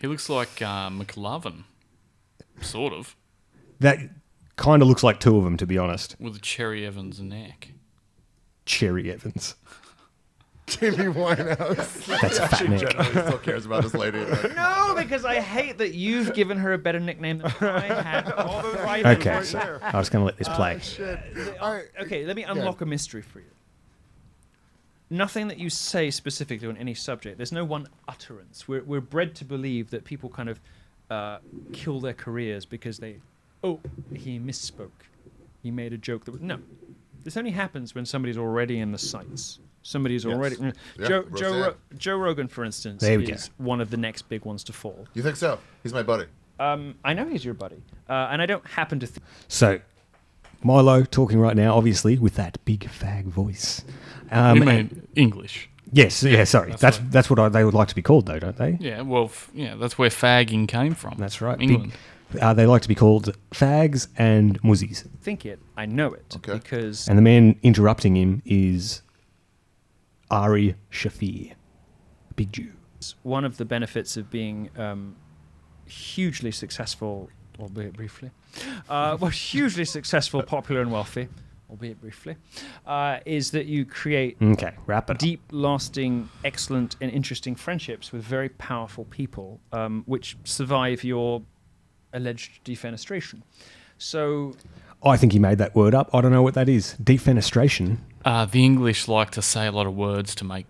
[SPEAKER 2] He looks like uh, McLovin, sort of,
[SPEAKER 1] that kind of looks like two of them, to be honest.
[SPEAKER 2] with a Cherry Evans neck.
[SPEAKER 1] Cherry Evans.
[SPEAKER 8] Jimmy Winehouse.
[SPEAKER 1] That's a fat neck.
[SPEAKER 8] Generally, still cares about his lady.
[SPEAKER 7] No, because I hate that you've given her a better nickname than I had. All those
[SPEAKER 1] Okay, so I was going to let this play.
[SPEAKER 8] All right.
[SPEAKER 7] Okay, let me unlock a mystery for you. Nothing that you say specifically on any subject. There's no one utterance. We're, we're bred to believe that people kind of uh, kill their careers because they, oh, he misspoke. He made a joke that was. No. This only happens when somebody's already in the sights. Somebody's already. mm.
[SPEAKER 8] Yeah,
[SPEAKER 7] Joe, Joe,
[SPEAKER 8] Roseanne.
[SPEAKER 7] Ro- Joe Rogan, for instance,
[SPEAKER 1] There we go.
[SPEAKER 7] is one of the next big ones to fall.
[SPEAKER 8] You think so? He's my buddy.
[SPEAKER 7] Um, I know he's your buddy, uh, and I don't happen to. Th-
[SPEAKER 1] So, Milo talking right now, obviously, with that big fag voice. Um,
[SPEAKER 2] you mean English?
[SPEAKER 1] Yes, yeah, sorry. That's that's,
[SPEAKER 2] fine.
[SPEAKER 1] what I, they would like to be called, though, don't they?
[SPEAKER 2] Yeah, well, f- yeah, that's where fagging came from.
[SPEAKER 1] That's right.
[SPEAKER 2] England.
[SPEAKER 1] Big, Uh, they like to be called fags and muzzies.
[SPEAKER 7] Think it, I know it.
[SPEAKER 8] Okay.
[SPEAKER 7] Because
[SPEAKER 1] And the man interrupting him is Ari Shafir, big Jew.
[SPEAKER 7] it's one of the benefits of being um, hugely successful, albeit briefly, uh, well, hugely successful, popular, and wealthy, albeit briefly, uh, is that you create
[SPEAKER 1] Okay, wrap it. up.
[SPEAKER 7] deep, lasting, excellent, and interesting friendships with very powerful people, um, which survive your alleged defenestration. So,
[SPEAKER 1] I think he made that word up. I don't know what that is. Defenestration.
[SPEAKER 2] Uh, the English like to say a lot of words to make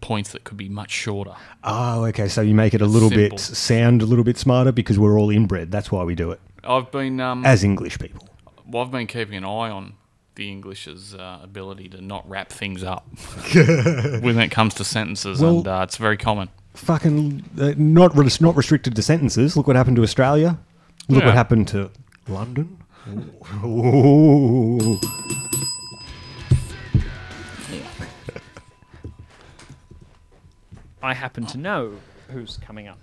[SPEAKER 2] points that could be much shorter.
[SPEAKER 1] Oh, okay. So you make it a little
[SPEAKER 2] Simple.
[SPEAKER 1] bit sound a little bit smarter because we're all inbred. That's why we do it
[SPEAKER 2] I've been um,
[SPEAKER 1] as English people.
[SPEAKER 2] well, I've been keeping an eye on the English's uh, ability to not wrap things up when it comes to sentences,
[SPEAKER 1] Well-
[SPEAKER 2] and uh, it's very common.
[SPEAKER 1] Fucking uh, not re- not restricted to sentences. Look what happened to Australia. Look
[SPEAKER 2] Yeah.
[SPEAKER 1] what happened to London. Ooh.
[SPEAKER 7] I happen to know who's coming up,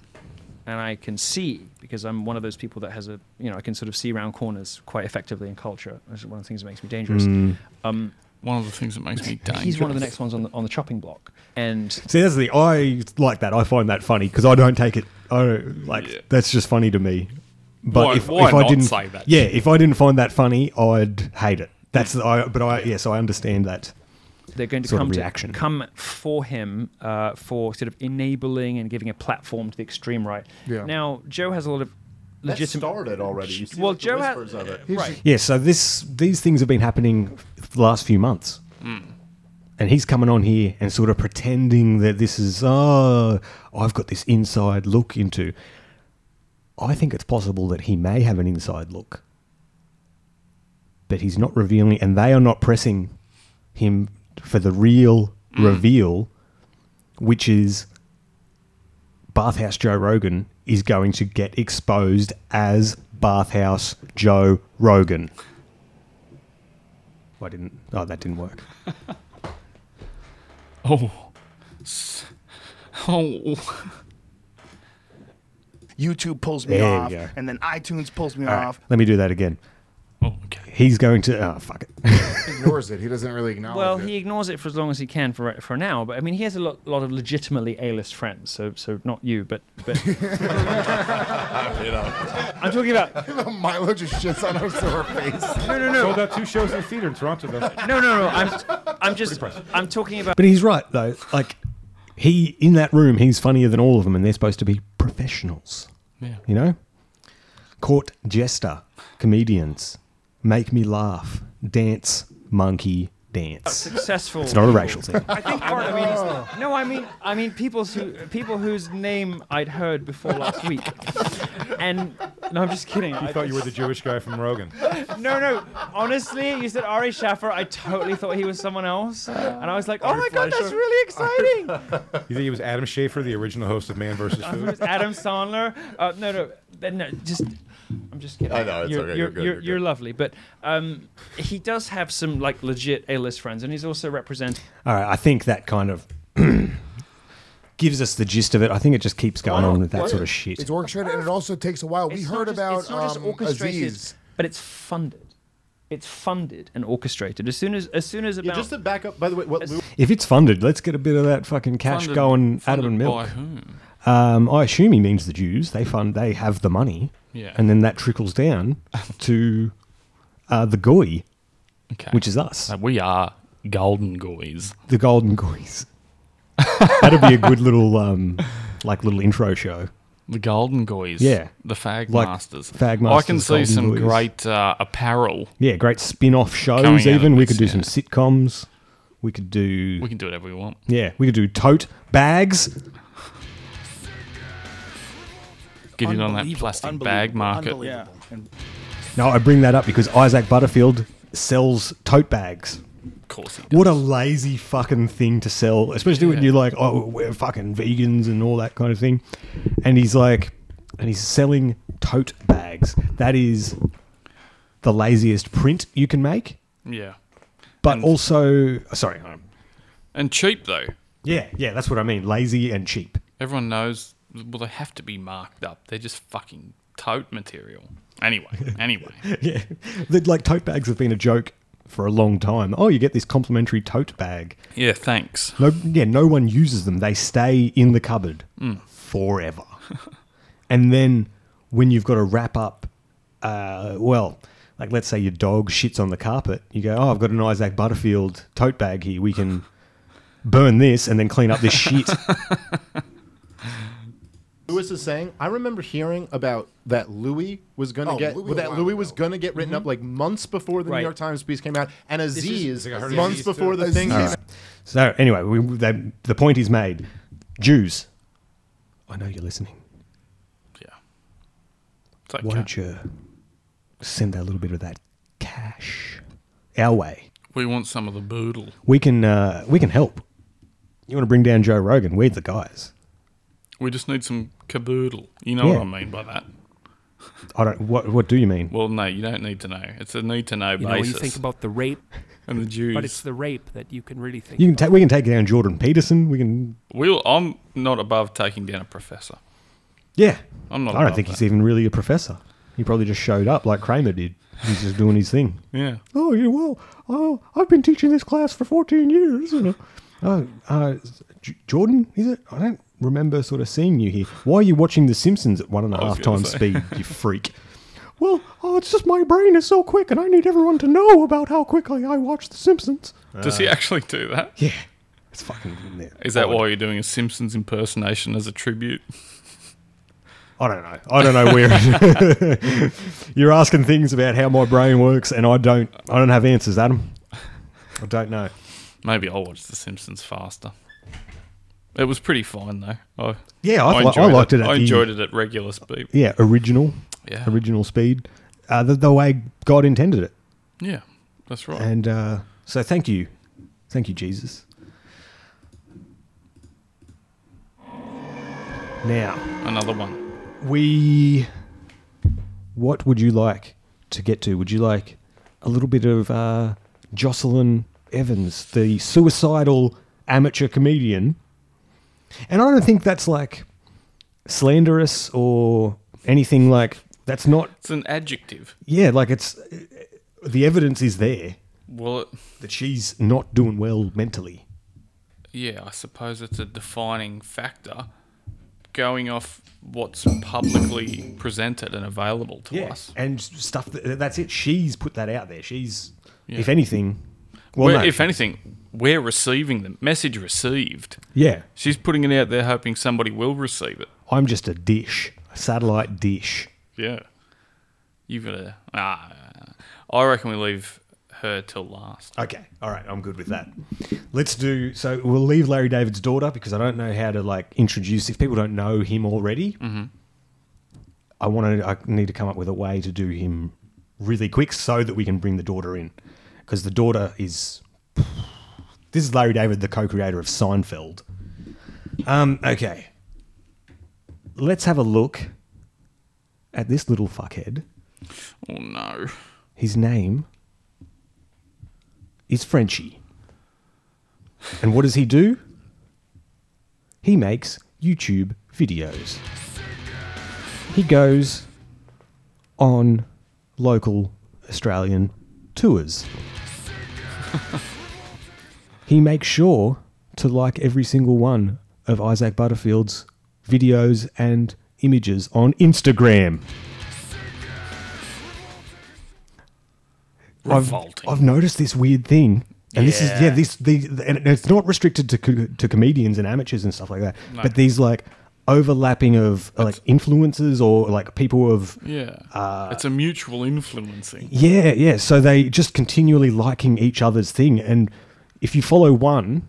[SPEAKER 7] and I can see because I'm one of those people that has a you know I can sort of see around corners quite effectively in culture. That's one of the things that makes me dangerous.
[SPEAKER 1] Mm.
[SPEAKER 7] Um,
[SPEAKER 2] One of the things that makes me dangerous.
[SPEAKER 7] he's one of the next ones on the on the chopping block, and
[SPEAKER 1] See, that's the I like that. I find that funny because I don't take it. I don't, like
[SPEAKER 2] Yeah.
[SPEAKER 1] that's just funny to me. But
[SPEAKER 2] Why-
[SPEAKER 1] if,
[SPEAKER 2] why
[SPEAKER 1] if I
[SPEAKER 2] not
[SPEAKER 1] didn't,
[SPEAKER 2] say that?
[SPEAKER 1] yeah, if I didn't find that funny, I'd hate it. That's the, I, but I yes, I understand that.
[SPEAKER 7] they're going to
[SPEAKER 1] Sort of
[SPEAKER 7] come
[SPEAKER 1] reaction.
[SPEAKER 7] to come for him uh, for sort of enabling and giving a platform to the extreme right.
[SPEAKER 5] Yeah.
[SPEAKER 7] Now Joe has a lot of
[SPEAKER 8] That
[SPEAKER 7] legitimate.
[SPEAKER 8] started already. You see
[SPEAKER 7] Well,
[SPEAKER 8] like, the
[SPEAKER 7] Joe had-
[SPEAKER 8] whispers of it.
[SPEAKER 7] Right.
[SPEAKER 1] Yeah, so this these things have been happening the last few months. And he's coming on here and sort of pretending that this is oh, I've got this inside look into. I think it's possible that he may have an inside look. But he's not revealing and they are not pressing him for the real reveal, which is Bathhouse Joe Rogan is going to get exposed as Bathhouse Joe Rogan. I didn't. Oh, that didn't work.
[SPEAKER 2] Oh. S- Oh.
[SPEAKER 5] YouTube pulls me
[SPEAKER 1] There we
[SPEAKER 5] off,
[SPEAKER 1] go.
[SPEAKER 5] and then iTunes pulls me
[SPEAKER 1] All right,
[SPEAKER 5] off.
[SPEAKER 1] let me do that again.
[SPEAKER 2] Uh, Oh, okay.
[SPEAKER 1] He's going to. Oh, fuck it.
[SPEAKER 8] ignores it. He doesn't really acknowledge
[SPEAKER 7] Well,
[SPEAKER 8] it.
[SPEAKER 7] he ignores it for as long as he can for for now. But I mean, he has a lot, lot of legitimately A-list friends. So, so not you, but but I'm talking about
[SPEAKER 8] Milo just shits on us to her face.
[SPEAKER 7] no, no, no,
[SPEAKER 9] Sold out two shows in the theater in Toronto. Though.
[SPEAKER 7] no, no, no. I'm I'm just I'm talking about
[SPEAKER 1] But he's right though. Like he in that room, he's funnier than all of them, and they're supposed to be professionals.
[SPEAKER 2] Yeah.
[SPEAKER 1] You know, court jester, comedians, make me laugh, dance, monkey,
[SPEAKER 2] Oh,
[SPEAKER 1] dance.
[SPEAKER 7] successful.
[SPEAKER 1] It's not a racial thing.
[SPEAKER 7] I think part of I
[SPEAKER 9] Oh.
[SPEAKER 7] mean, no, I mean, I mean, people who people whose name I'd heard before last week, and no, I'm just kidding.
[SPEAKER 9] I thought you were the Jewish guy from Rogan.
[SPEAKER 7] No, no. Honestly, you said Ari Shaffer. I totally thought he was someone else, and I was like, oh my god, that's really exciting.
[SPEAKER 9] You think he was Adam Schaefer, the original host of Man vs.
[SPEAKER 7] Uh, Who
[SPEAKER 9] Food?
[SPEAKER 7] is Adam Sandler? Uh, no, no, th- no, just. I'm just kidding.
[SPEAKER 8] I know, it's
[SPEAKER 7] you're,
[SPEAKER 8] okay,
[SPEAKER 7] You're,
[SPEAKER 8] you're good,
[SPEAKER 7] you're,
[SPEAKER 8] you're
[SPEAKER 7] you're
[SPEAKER 8] good.
[SPEAKER 7] lovely, but um, he does have some like legit A-list friends, and he's also represented.
[SPEAKER 1] All right, I think that kind of gives us the gist of it. I think it just keeps going on with that sort of shit.
[SPEAKER 8] It's orchestrated, and it also takes a while. We
[SPEAKER 7] It's not
[SPEAKER 8] heard
[SPEAKER 7] just-
[SPEAKER 8] about
[SPEAKER 7] it's not just
[SPEAKER 8] um,
[SPEAKER 7] orchestrated,
[SPEAKER 8] Aziz.
[SPEAKER 7] but it's funded. It's funded and orchestrated. As soon as, as soon as about
[SPEAKER 9] just to back up, by the way, what Lou
[SPEAKER 1] If it's funded, let's get a bit of that fucking cash
[SPEAKER 2] Funded-
[SPEAKER 1] going, Adam
[SPEAKER 2] funded
[SPEAKER 1] and
[SPEAKER 2] By
[SPEAKER 1] Milk.
[SPEAKER 2] whom?
[SPEAKER 1] Um, I assume he means the Jews. They fund, they have the money,
[SPEAKER 2] Yeah.
[SPEAKER 1] and then that trickles down to uh, the goy,
[SPEAKER 2] Okay.
[SPEAKER 1] which is us,
[SPEAKER 2] Uh, we are golden goys.
[SPEAKER 1] the golden goys. That'd be a good little, um, like little intro show.
[SPEAKER 2] The golden goys.
[SPEAKER 1] Yeah.
[SPEAKER 2] The fag
[SPEAKER 1] Like
[SPEAKER 2] masters.
[SPEAKER 1] fag
[SPEAKER 2] I can
[SPEAKER 1] masters,
[SPEAKER 2] see
[SPEAKER 1] golden
[SPEAKER 2] some
[SPEAKER 1] goys.
[SPEAKER 2] great uh, apparel.
[SPEAKER 1] Yeah, great spin-off shows.
[SPEAKER 2] Coming out of
[SPEAKER 1] even we
[SPEAKER 2] this,
[SPEAKER 1] could do some
[SPEAKER 2] yeah.
[SPEAKER 1] sitcoms. We could do
[SPEAKER 2] We can do whatever we want.
[SPEAKER 1] yeah, we could do tote bags.
[SPEAKER 2] Get it on that
[SPEAKER 5] Unbelievable,
[SPEAKER 2] plastic
[SPEAKER 5] unbelievable,
[SPEAKER 2] bag market.
[SPEAKER 5] unbelievable. And
[SPEAKER 1] No, I bring that up because Isaac Butterfield sells tote bags.
[SPEAKER 2] Of course he does.
[SPEAKER 1] What a lazy fucking thing to sell, especially when
[SPEAKER 2] Yeah.
[SPEAKER 1] you're like, oh, we're fucking vegans and all that kind of thing. And he's like, and he's selling tote bags. That is the laziest print you can make,
[SPEAKER 2] Yeah.
[SPEAKER 1] but also, sorry, um,
[SPEAKER 2] And cheap, though.
[SPEAKER 1] yeah, yeah, that's what I mean, lazy and cheap.
[SPEAKER 2] Everyone knows. Well, they have to be marked up. They're just fucking tote material. Anyway, anyway.
[SPEAKER 1] yeah. The, like tote bags have been a joke for a long time. Oh, you get this complimentary tote bag.
[SPEAKER 2] Yeah, thanks.
[SPEAKER 1] No, yeah, no one uses them. They stay in the cupboard forever. and then when you've got to wrap up, uh, well, like let's say your dog shits on the carpet, you go, oh, I've got an Isaac Butterfield tote bag here. We can burn this and then clean up this shit.
[SPEAKER 10] Lewis is saying, I remember hearing about that Louis was going to
[SPEAKER 8] Oh,
[SPEAKER 10] get
[SPEAKER 8] Louis
[SPEAKER 10] well,
[SPEAKER 8] was a
[SPEAKER 10] that
[SPEAKER 8] while
[SPEAKER 10] Louis
[SPEAKER 8] ago. Mm-hmm.
[SPEAKER 10] was going to get written up like months before the
[SPEAKER 7] Right.
[SPEAKER 10] New York Times piece came out, and Aziz
[SPEAKER 9] I think I heard of
[SPEAKER 10] months
[SPEAKER 9] Aziz, too.
[SPEAKER 10] before the thing.
[SPEAKER 8] Aziz.
[SPEAKER 10] came
[SPEAKER 8] All
[SPEAKER 10] out.
[SPEAKER 1] so anyway, we, they, the point is made. Jews, I know you're listening.
[SPEAKER 2] Yeah. It's okay.
[SPEAKER 1] Why don't you send a little bit of that cash our way?
[SPEAKER 2] We want some of the boodle.
[SPEAKER 1] We can uh, we can help. You want to bring down Joe Rogan? We're the guys.
[SPEAKER 2] We just need some caboodle. You know
[SPEAKER 1] Yeah.
[SPEAKER 2] what I mean by that.
[SPEAKER 1] I don't. What what do you mean?
[SPEAKER 2] Well, no, you don't need to know. It's a need to know
[SPEAKER 6] You know,
[SPEAKER 2] basis.
[SPEAKER 6] you think about the rape,
[SPEAKER 2] and the Jews.
[SPEAKER 6] but it's the rape that you can really think.
[SPEAKER 1] You can ta- we can take down Jordan Peterson. We can.
[SPEAKER 2] We'll, I'm not above taking down a professor.
[SPEAKER 1] Yeah.
[SPEAKER 2] I'm not
[SPEAKER 1] I don't
[SPEAKER 2] above
[SPEAKER 1] think
[SPEAKER 2] that.
[SPEAKER 1] he's even really a professor. He probably just showed up like Kramer did. He's just doing his thing.
[SPEAKER 2] Yeah.
[SPEAKER 1] Oh yeah. Well, oh, I've been teaching this class for fourteen years. and, uh, Oh, uh, J- Jordan, is it? I don't remember sort of seeing you here. Why are you watching The Simpsons at one and a
[SPEAKER 2] was
[SPEAKER 1] half
[SPEAKER 2] gonna
[SPEAKER 1] times
[SPEAKER 2] say.
[SPEAKER 1] speed? You freak. Well, oh, it's just my brain is so quick, and I need everyone to know about how quickly I watch The Simpsons.
[SPEAKER 2] Does he actually do that?
[SPEAKER 1] Yeah, it's fucking. Yeah.
[SPEAKER 2] Is that why you're doing a Simpsons impersonation as a tribute?
[SPEAKER 1] I don't know. I don't know where. You're asking things about how my brain works, and I don't. I don't have answers, Adam. I don't know.
[SPEAKER 2] Maybe I'll watch The Simpsons faster. It was pretty fine though. I,
[SPEAKER 1] Yeah, I li- I
[SPEAKER 2] enjoyed
[SPEAKER 1] liked it at
[SPEAKER 2] I
[SPEAKER 1] the-
[SPEAKER 2] enjoyed it at regular speed.
[SPEAKER 1] Yeah, original.
[SPEAKER 2] Yeah.
[SPEAKER 1] Original speed. Uh, the, the way God intended it.
[SPEAKER 2] Yeah, that's right.
[SPEAKER 1] And uh, so thank you. Thank you, Jesus. Now,
[SPEAKER 2] Another one.
[SPEAKER 1] we. What would you like to get to? Would you like a little bit of uh, Jocelyn Evans, the suicidal amateur comedian? And I don't think that's like slanderous or anything like that's not.
[SPEAKER 2] It's an adjective.
[SPEAKER 1] Yeah, like it's. The evidence is there
[SPEAKER 2] Well, it,
[SPEAKER 1] that she's not doing well mentally.
[SPEAKER 2] yeah, I suppose it's a defining factor going off what's publicly presented and available to us.
[SPEAKER 1] and stuff. That, that's it. She's put that out there. She's,
[SPEAKER 2] Yeah.
[SPEAKER 1] if anything, well,
[SPEAKER 2] Well,
[SPEAKER 1] no.
[SPEAKER 2] if anything, we're receiving the message received.
[SPEAKER 1] yeah,
[SPEAKER 2] She's putting it out there hoping somebody will receive it.
[SPEAKER 1] I'm just a dish, a satellite dish.
[SPEAKER 2] Yeah. You've got to. Ah, I reckon we leave her till last.
[SPEAKER 1] Okay, all right, I'm good with that. Let's do so. We'll leave Larry David's daughter because I don't know how to like introduce. If people don't know him already, I want to. I need to come up with a way to do him really quick so that we can bring the daughter in because the daughter is. This is Larry David, the co-creator of Seinfeld. Um, okay, let's have a look at this little fuckhead.
[SPEAKER 2] Oh, no.
[SPEAKER 1] His name is Frenchie. And what does he do? He makes YouTube videos. He goes on local Australian tours. he makes sure to like every single one of Isaac Butterfield's videos and images on Instagram. I've,
[SPEAKER 2] Revolting.
[SPEAKER 1] I've noticed this weird thing. And this is yeah, this the and it's not restricted to co- to comedians and amateurs and stuff like that. But these like overlapping of uh, like influences or like people of
[SPEAKER 2] Yeah.
[SPEAKER 1] Uh,
[SPEAKER 2] it's a mutual influencing.
[SPEAKER 1] yeah, yeah. So they just continually liking each other's thing, and if you follow one,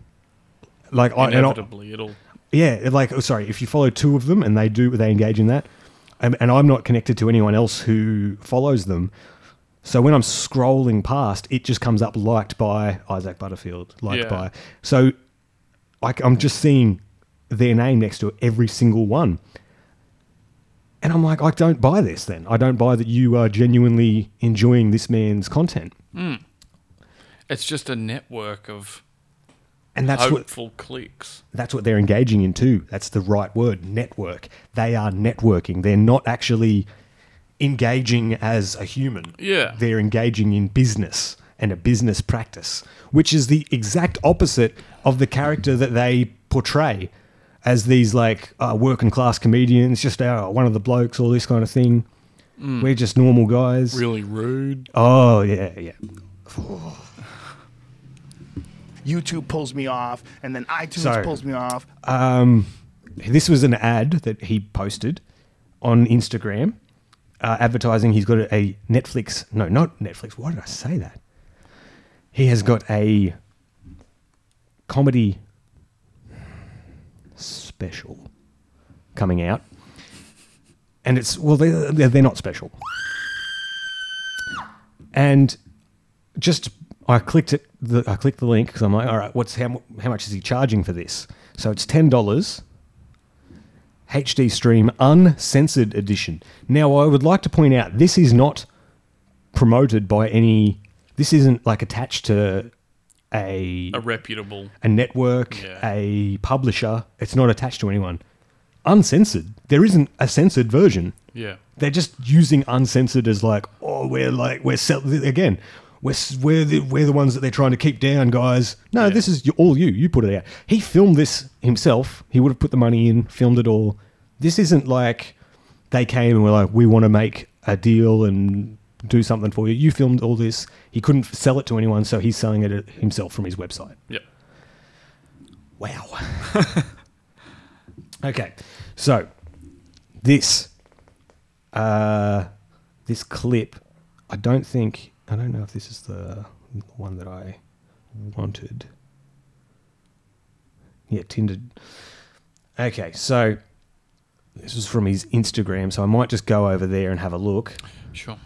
[SPEAKER 1] like I, and I
[SPEAKER 2] Inevitably, it'll.
[SPEAKER 1] yeah, like oh, sorry, if you follow two of them and they do they engage in that, and, and I'm not connected to anyone else who follows them, so when I'm scrolling past, it just comes up liked by Isaac Butterfield, liked
[SPEAKER 2] Yeah.
[SPEAKER 1] by. So, like I'm just seeing their name next to every single one. And I'm like, I don't buy this then. I don't buy that you are genuinely enjoying this man's content.
[SPEAKER 2] It's just a network of
[SPEAKER 1] And that's what
[SPEAKER 2] hopeful clicks.
[SPEAKER 1] that's what they're engaging in too. That's the right word, network. They are networking. They're not actually engaging as a human.
[SPEAKER 2] Yeah.
[SPEAKER 1] They're engaging in business and a business practice, which is the exact opposite of the character that they portray as these like uh, working class comedians, just uh, one of the blokes, all this kind of thing. We're just normal guys.
[SPEAKER 2] Really rude.
[SPEAKER 1] Oh yeah, yeah.
[SPEAKER 5] YouTube pulls me off, and then iTunes
[SPEAKER 1] Sorry.
[SPEAKER 5] pulls me off.
[SPEAKER 1] Um, this was an ad that he posted on Instagram, uh, advertising he's got a Netflix. No, not Netflix. Why did I say that? He has got a comedy special coming out, and it's well, they they're, they're not special. and just I clicked it. The, I clicked the link because I'm like, all right, what's how, mu- how much is he charging for this? So it's ten dollars. HD Stream Uncensored Edition. Now I would like to point out this is not promoted by any. This isn't like attached to a
[SPEAKER 2] A reputable.
[SPEAKER 1] a network,
[SPEAKER 2] Yeah.
[SPEAKER 1] a publisher. It's not attached to anyone. Uncensored. There isn't a censored version.
[SPEAKER 2] Yeah.
[SPEAKER 1] They're just using uncensored as like, oh, we're like we're sell- again, we're s- we're the, we're the ones that they're trying to keep down, guys. No, this is y- all you. You put it out. He filmed this himself. He would have put the money in, filmed it all. This isn't like they came and were like, we want to make a deal and do something for you. You filmed all this. He couldn't f- sell it to anyone, so he's selling it uh, himself from his website.
[SPEAKER 2] Yeah.
[SPEAKER 1] Wow. okay, so this uh, this clip, I don't think I don't know if this is the one that I wanted. Yeah, Tinder. Okay, so this was from his Instagram, so I might just go over there and have a look.
[SPEAKER 2] Sure.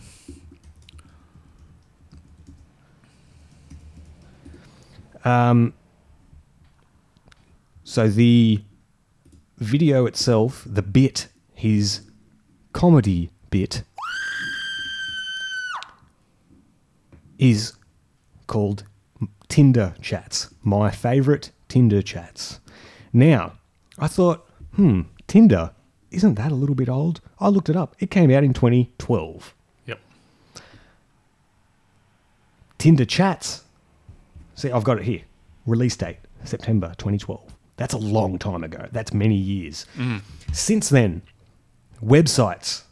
[SPEAKER 1] Um, so the video itself, the bit, his comedy bit, is called Tinder Chats. My favorite Tinder Chats. Now, I thought, hmm, Tinder, isn't that a little bit old? I looked it up. It came out in 2012.
[SPEAKER 2] Yep.
[SPEAKER 1] Tinder Chats. See, I've got it here. Release date September 2012. That's a long time ago. That's many years. Since then, websites,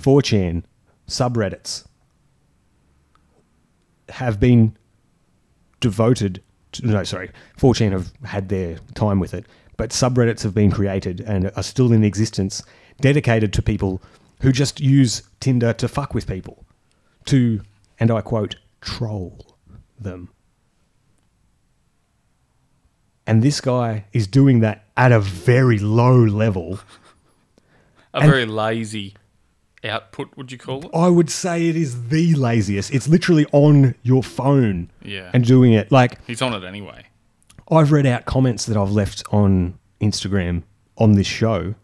[SPEAKER 1] 4chan, subreddits have been devoted to, no, sorry, 4chan have had their time with it, but subreddits have been created and are still in existence, dedicated to people who just use Tinder to fuck with people, to, and I quote, troll them. And this guy is doing that at a very low level.
[SPEAKER 2] A
[SPEAKER 1] And-
[SPEAKER 2] very lazy output, would you call it?
[SPEAKER 1] I would say it is the laziest. It's literally on your phone
[SPEAKER 2] Yeah.
[SPEAKER 1] and doing it. Like,
[SPEAKER 2] He's on it anyway.
[SPEAKER 1] I've read out comments that I've left on Instagram on this show,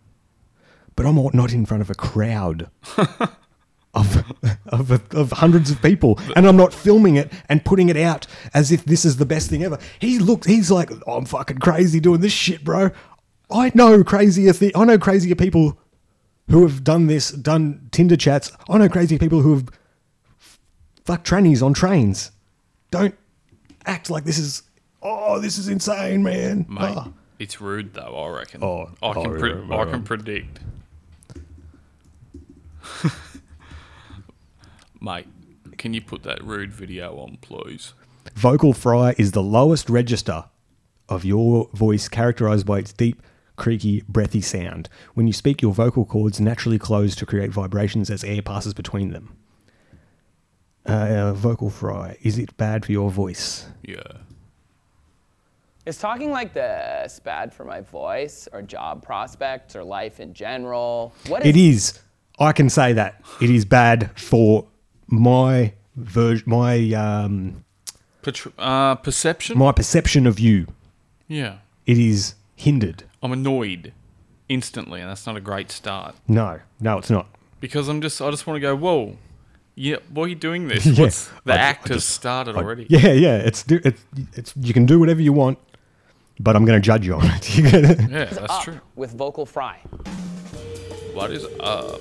[SPEAKER 1] but I'm not in front of a crowd of, of, of hundreds of people, and I'm not filming it and putting it out as if this is the best thing ever. He looks, he's like, I'm fucking crazy doing this shit, bro. I know crazier thi- I know crazier people who have done this, done Tinder chats. I know crazier people who have fucked trannies on trains. Don't act like this is. Oh, this is insane, man.
[SPEAKER 2] Mate,
[SPEAKER 1] Ah.
[SPEAKER 2] it's rude though. I reckon.
[SPEAKER 1] Oh,
[SPEAKER 2] I can.
[SPEAKER 1] oh,
[SPEAKER 2] pre-
[SPEAKER 1] right,
[SPEAKER 2] I
[SPEAKER 1] right,
[SPEAKER 2] can
[SPEAKER 1] right.
[SPEAKER 2] predict. Mate, can you put that rude video on, please?
[SPEAKER 1] Vocal fry is the lowest register of your voice, characterized by its deep, creaky, breathy sound. When you speak, your vocal cords naturally close to create vibrations as air passes between them. Uh, uh, vocal fry, is it bad for your voice?
[SPEAKER 2] Yeah.
[SPEAKER 11] Is talking like this bad for my voice or job prospects or life in general? What is
[SPEAKER 1] It is. I can say that it is bad for my version, my um,
[SPEAKER 2] Petr- uh, perception.
[SPEAKER 1] my perception of you.
[SPEAKER 2] yeah.
[SPEAKER 1] It is hindered.
[SPEAKER 2] I'm annoyed instantly, and that's not a great start
[SPEAKER 1] No, no, it's not.
[SPEAKER 2] because I'm just. I just want to go. Whoa. Yeah. Why are you doing this?
[SPEAKER 1] Yeah,
[SPEAKER 2] What's the
[SPEAKER 1] I ju-
[SPEAKER 2] act
[SPEAKER 1] I
[SPEAKER 2] has
[SPEAKER 1] just-
[SPEAKER 2] started already?
[SPEAKER 1] Yeah, yeah. It's do- it's it's you can do whatever you want, but I'm going to judge you on it. You're gonna-
[SPEAKER 2] Yeah, that's
[SPEAKER 11] up
[SPEAKER 2] true.
[SPEAKER 11] with vocal fry?
[SPEAKER 2] What is up?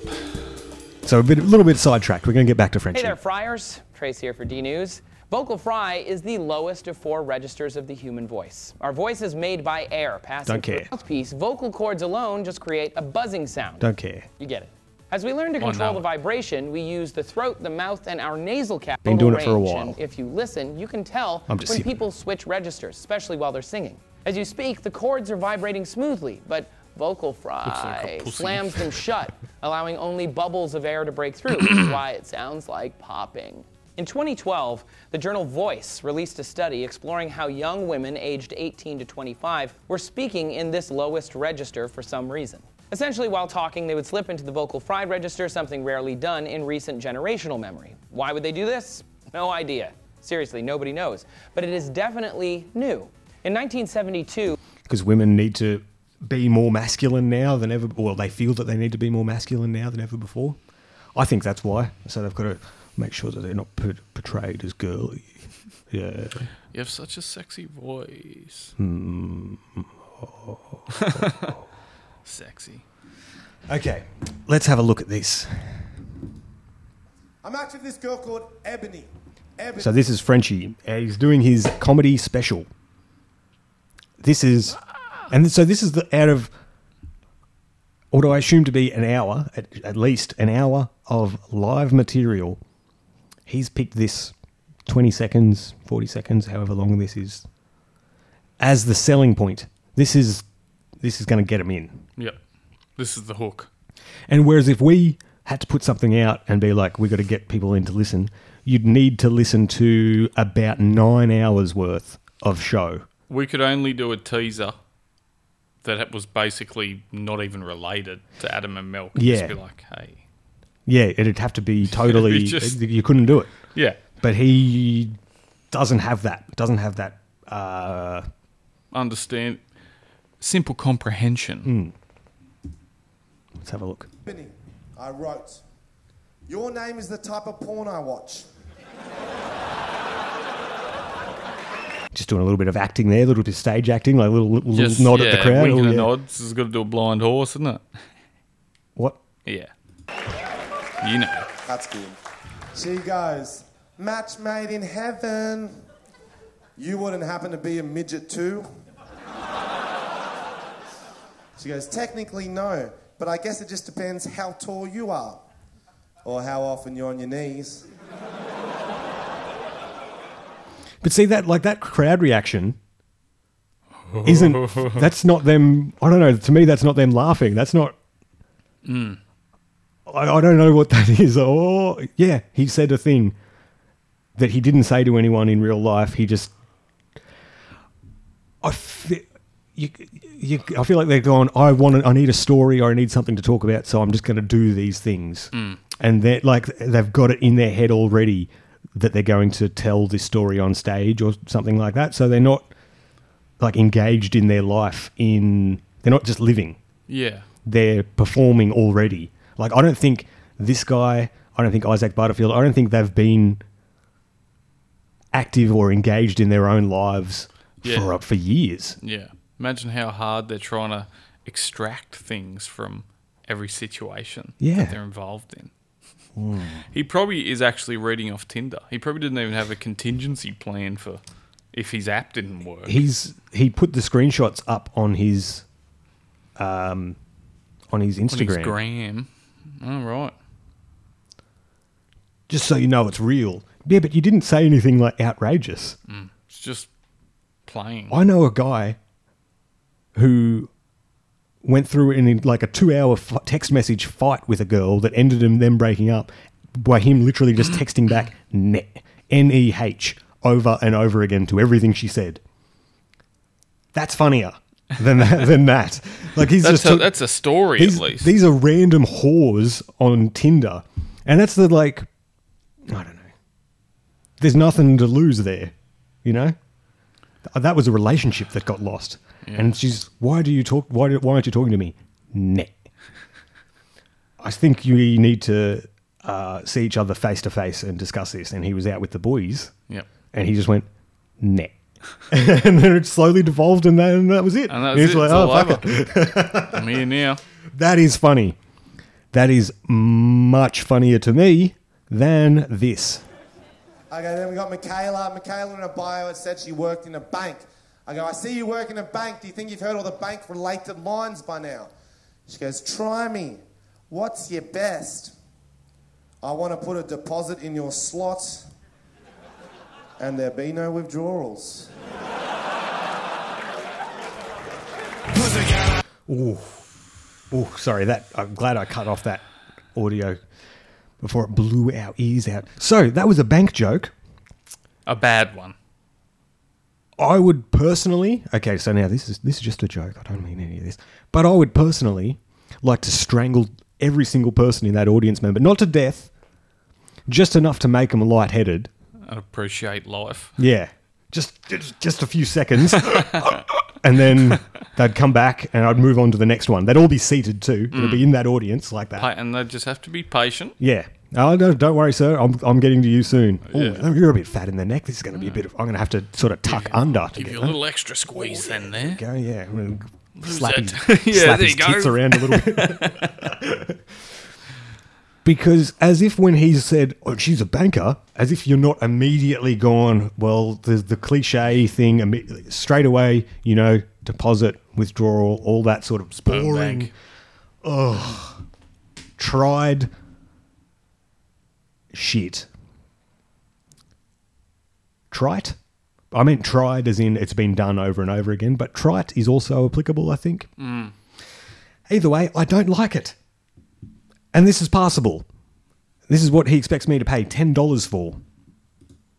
[SPEAKER 1] So a bit, a little bit sidetracked. We're going to get back to
[SPEAKER 12] Hey
[SPEAKER 1] friendship.
[SPEAKER 12] there, Friars. Trace here for D News. Vocal fry is the lowest of four registers of the human voice. Our voice is made by air passing
[SPEAKER 1] Don't
[SPEAKER 12] through
[SPEAKER 1] care.
[SPEAKER 12] a mouthpiece. Vocal cords alone just create a buzzing sound.
[SPEAKER 1] Don't care.
[SPEAKER 12] You get it. As we
[SPEAKER 2] Oh,
[SPEAKER 12] learn to
[SPEAKER 1] One
[SPEAKER 12] control
[SPEAKER 1] hour.
[SPEAKER 12] the vibration, we use the throat, the mouth, and our nasal cavity.
[SPEAKER 1] Been doing it for a
[SPEAKER 12] range,
[SPEAKER 1] while.
[SPEAKER 12] And if you listen, you can tell
[SPEAKER 1] I'm
[SPEAKER 12] when
[SPEAKER 1] just sipping.
[SPEAKER 12] people switch registers, especially while they're singing. As you speak, the cords are vibrating smoothly, but vocal fry
[SPEAKER 2] pussy.
[SPEAKER 12] slams them shut, allowing only bubbles of air to break through, which is why it sounds like popping. In 2012, the journal Voice released a study exploring how young women aged 18 to 25 were speaking in this lowest register for some reason. Essentially, while talking, they would slip into the vocal fry register, something rarely done in recent generational memory. Why would they do this? No idea. Seriously, nobody knows. But it is definitely new. In 1972,
[SPEAKER 1] Because women need to be more masculine now than ever. Well, they feel that they need to be more masculine now than ever before. I think that's why. So they've got to make sure that they're not put, portrayed as girly. Yeah.
[SPEAKER 2] You have such a sexy voice.
[SPEAKER 1] Hmm.
[SPEAKER 2] Sexy.
[SPEAKER 1] Okay, let's have a look at this.
[SPEAKER 13] I'm after this girl called Ebony. Ebony.
[SPEAKER 1] So this is Frenchie. Uh, He's doing his comedy special. This is, and so this is the out of what I assume to be an hour, at, at least an hour of live material. He's picked this twenty seconds, forty seconds, however long this is, as the selling point. This is this is going to get him in.
[SPEAKER 2] Yep. This is the hook.
[SPEAKER 1] And whereas if we had to put something out and be like, we got to get people in to listen, you'd need to listen to about nine hours worth of show.
[SPEAKER 2] We could only do a teaser that it was basically not even related to Adam and Milk.
[SPEAKER 1] Yeah.
[SPEAKER 2] Just be like, hey.
[SPEAKER 1] Yeah, it'd have to be totally.
[SPEAKER 2] just-
[SPEAKER 1] you couldn't do it.
[SPEAKER 2] Yeah.
[SPEAKER 1] But he doesn't have that. Doesn't have that. Uh,
[SPEAKER 2] Understand. Simple comprehension.
[SPEAKER 1] Let's have a look.
[SPEAKER 13] Ebony, I wrote, Your name is the type of porn I watch.
[SPEAKER 1] Just doing a little bit of acting there, a little bit of stage acting, like a little, little nod at the crowd.
[SPEAKER 2] Winking
[SPEAKER 1] Oh,
[SPEAKER 2] and
[SPEAKER 1] yeah.
[SPEAKER 2] nods. This is got to do a blind horse, isn't it?
[SPEAKER 1] What?
[SPEAKER 2] Yeah. You know.
[SPEAKER 13] That's good. She goes, Match made in heaven. You wouldn't happen to be a midget too? She goes, Technically, no, but I guess it just depends how tall you are or how often you're on your knees.
[SPEAKER 1] But see that like that crowd reaction isn't that's not them I don't know, to me that's not them laughing. That's not
[SPEAKER 2] Mm.
[SPEAKER 1] I, I don't know what that is. Oh yeah, he said a thing that he didn't say to anyone in real life. He just I feel you, you, I feel like they're going. I want. I need a story, or I need something to talk about. So I'm just going to do these things,
[SPEAKER 2] Mm.
[SPEAKER 1] and they're like they've got it in their head already that they're going to tell this story on stage or something like that. So they're not like engaged in their life. In they're not just living.
[SPEAKER 2] Yeah.
[SPEAKER 1] they're performing already. Like I don't think this guy. I don't think Isaac Butterfield. I don't think they've been active or engaged in their own lives
[SPEAKER 2] Yeah.
[SPEAKER 1] for for years.
[SPEAKER 2] Yeah. Imagine how hard they're trying to extract things from every situation
[SPEAKER 1] Yeah. Hmm.
[SPEAKER 2] that they're involved in. He probably is actually reading off Tinder. He probably didn't even have a contingency plan for if his app didn't work.
[SPEAKER 1] He's he put the screenshots up on his um on his
[SPEAKER 2] On his
[SPEAKER 1] Instagram.
[SPEAKER 2] gram. All right.
[SPEAKER 1] just so you know it's real. Yeah, but you didn't say anything like outrageous.
[SPEAKER 2] Mm. It's just playing.
[SPEAKER 1] I know a guy who went through in like a two-hour f- text message fight with a girl that ended in them breaking up by him literally just texting back "ne- "neh" over and over again to everything she said. That's funnier than that. than that. Like he's
[SPEAKER 2] That's
[SPEAKER 1] just
[SPEAKER 2] a- that's a story, at
[SPEAKER 1] These-
[SPEAKER 2] least.
[SPEAKER 1] These are random whores on Tinder, and that's the like. I don't know. There's nothing to lose there, you know. Th- That was a relationship that got lost,
[SPEAKER 2] Yeah.
[SPEAKER 1] and she's why do you talk? Why do, why aren't you talking to me? Nah. I think you need to uh, see each other face to face and discuss this. And he was out with the boys.
[SPEAKER 2] Yep.
[SPEAKER 1] And he just went, nah. and then it slowly devolved, and then that was "Oh, it.
[SPEAKER 2] And that
[SPEAKER 1] He
[SPEAKER 2] was it. It's
[SPEAKER 1] like,
[SPEAKER 2] all
[SPEAKER 1] "Oh, fuck
[SPEAKER 2] over. I'm here now.
[SPEAKER 1] That is funny. That is much funnier to me than this.
[SPEAKER 14] Okay, then we got Michaela. Michaela in a bio, it said she worked in a bank. I go, I see you work in a bank. Do you think you've heard all the bank related lines by now? She goes, Try me. What's your best? I want to put a deposit in your slot and there be no withdrawals.
[SPEAKER 1] Ooh. Ooh, sorry. That I'm glad I cut off that audio before it blew our ears out. So that was a bank joke.
[SPEAKER 2] A bad one.
[SPEAKER 1] I would personally okay, so now this is this is just a joke. I don't mean any of this. But I would personally like to strangle every single person in that audience member, not to death, just enough to make them lightheaded.
[SPEAKER 2] I appreciate life.
[SPEAKER 1] Yeah. Just just, just a few seconds. and then they'd come back and I'd move on to the next one. They'd all be seated too. They'd
[SPEAKER 2] Mm.
[SPEAKER 1] be in that audience like that.
[SPEAKER 2] Pa- and they just have to be patient.
[SPEAKER 1] Yeah. Oh, no, don't worry, sir. I'm, I'm getting to you soon.
[SPEAKER 2] Yeah. Mm.
[SPEAKER 1] Oh, you're a bit fat in the neck. This is going to be a bit of. I'm going to have to sort of tuck under to
[SPEAKER 2] Give
[SPEAKER 1] get
[SPEAKER 2] you a
[SPEAKER 1] them.
[SPEAKER 2] little extra squeeze then there.
[SPEAKER 1] Go, yeah. I'm gonna
[SPEAKER 2] Lose
[SPEAKER 1] Slap,
[SPEAKER 2] that-
[SPEAKER 1] his, slap
[SPEAKER 2] there
[SPEAKER 1] his
[SPEAKER 2] you go.
[SPEAKER 1] tits around a little bit. because as if when he said, oh, she's a banker, as if you're not immediately gone, well, there's the cliche thing imme- straight away, you know, deposit, withdrawal, all that sort of boring.
[SPEAKER 2] bank.
[SPEAKER 1] Oh, tried shit. Trite? I meant tried as in it's been done over and over again, but trite is also applicable, I think.
[SPEAKER 2] Mm.
[SPEAKER 1] Either way, I don't like it. And this is passable. This is what he expects me to pay $10 for.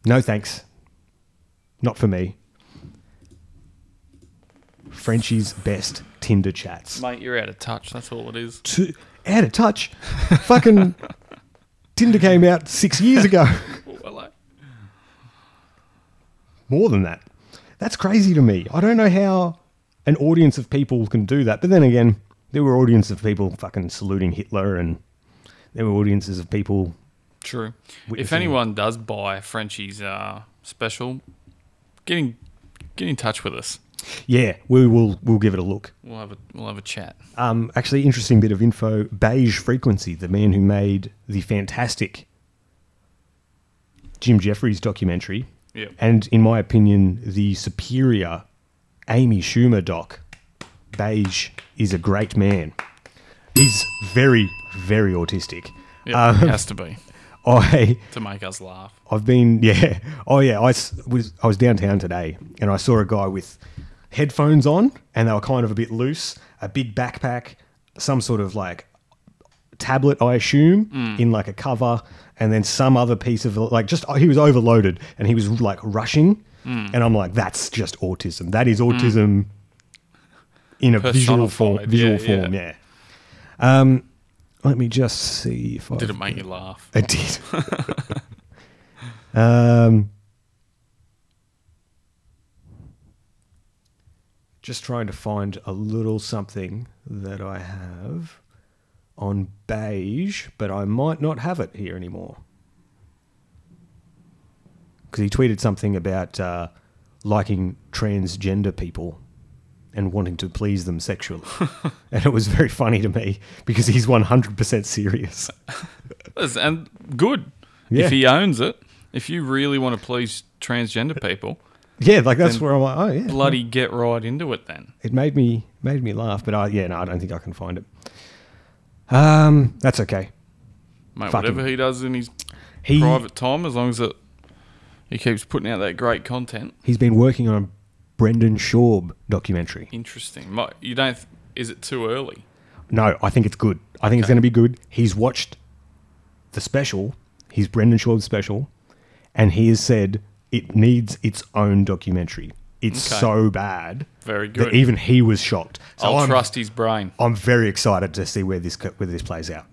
[SPEAKER 1] No thanks. Not for me. Frenchie's best Tinder chats.
[SPEAKER 2] Mate, you're out of touch. That's all it is.
[SPEAKER 1] Too, out of touch. Fucking Tinder came out six years ago.
[SPEAKER 2] Well,
[SPEAKER 1] More than that. That's crazy to me. I don't know how an audience of people can do that. But then again, there were audience of people fucking saluting Hitler and there were audiences of people
[SPEAKER 2] True. If
[SPEAKER 1] Witnessing-
[SPEAKER 2] anyone does buy Frenchie's uh, special, get in, get in touch with us.
[SPEAKER 1] Yeah, we will we'll give it a look.
[SPEAKER 2] We'll have a we'll have a chat.
[SPEAKER 1] Um, actually, interesting bit of info. Beige Frequency, the man who made the fantastic Jim Jeffries documentary,
[SPEAKER 2] Yep.
[SPEAKER 1] and in my opinion, the superior Amy Schumer doc. Beige is a great man. He's very, very autistic.
[SPEAKER 2] Yep,
[SPEAKER 1] Um,
[SPEAKER 2] has to be.
[SPEAKER 1] I
[SPEAKER 2] to make us laugh.
[SPEAKER 1] I've been, yeah. Oh, yeah. I s- was, I was downtown today and I saw a guy with headphones on and they were kind of a bit loose, a big backpack, some sort of like tablet, I assume,
[SPEAKER 2] Mm.
[SPEAKER 1] in like a cover, and then some other piece of like just, he was overloaded and he was like rushing.
[SPEAKER 2] Mm.
[SPEAKER 1] And I'm like, that's just autism. That is autism in a visual form.
[SPEAKER 2] Personified,
[SPEAKER 1] Visual
[SPEAKER 2] yeah,
[SPEAKER 1] form,
[SPEAKER 2] yeah.
[SPEAKER 1] yeah. Um, let me just see if I
[SPEAKER 2] Did it make you laugh?
[SPEAKER 1] It did. um, just trying to find a little something that I have on beige, but I might not have it here anymore. Because he tweeted something about uh, liking transgender people and wanting to please them sexually. and it was very funny to me because he's 100% serious.
[SPEAKER 2] Yes, And good.
[SPEAKER 1] Yeah.
[SPEAKER 2] If he owns it, if you really want to please transgender people,
[SPEAKER 1] Yeah, like that's
[SPEAKER 2] then
[SPEAKER 1] where I'm like, oh, yeah.
[SPEAKER 2] bloody get right into it then.
[SPEAKER 1] it made me made me laugh, but I yeah, no, I don't think I can find it. Um, that's okay.
[SPEAKER 2] Mate,
[SPEAKER 1] Fuck
[SPEAKER 2] whatever
[SPEAKER 1] him.
[SPEAKER 2] he does in his
[SPEAKER 1] He-
[SPEAKER 2] private time, as long as it, he keeps putting out that great content.
[SPEAKER 1] He's been working on a Brendan Schaub documentary.
[SPEAKER 2] Interesting. Mi- You don't. th- Is it too early?
[SPEAKER 1] No, I think it's good. I think it's going to be good. He's watched the special, his Brendan Schaub special, and he has said it needs its own documentary. It's
[SPEAKER 2] Okay.
[SPEAKER 1] so bad.
[SPEAKER 2] Very
[SPEAKER 1] That
[SPEAKER 2] good.
[SPEAKER 1] even he was shocked. So
[SPEAKER 2] I'll
[SPEAKER 1] I'm,
[SPEAKER 2] trust his brain,
[SPEAKER 1] I'm very excited to see where this co- where this plays out.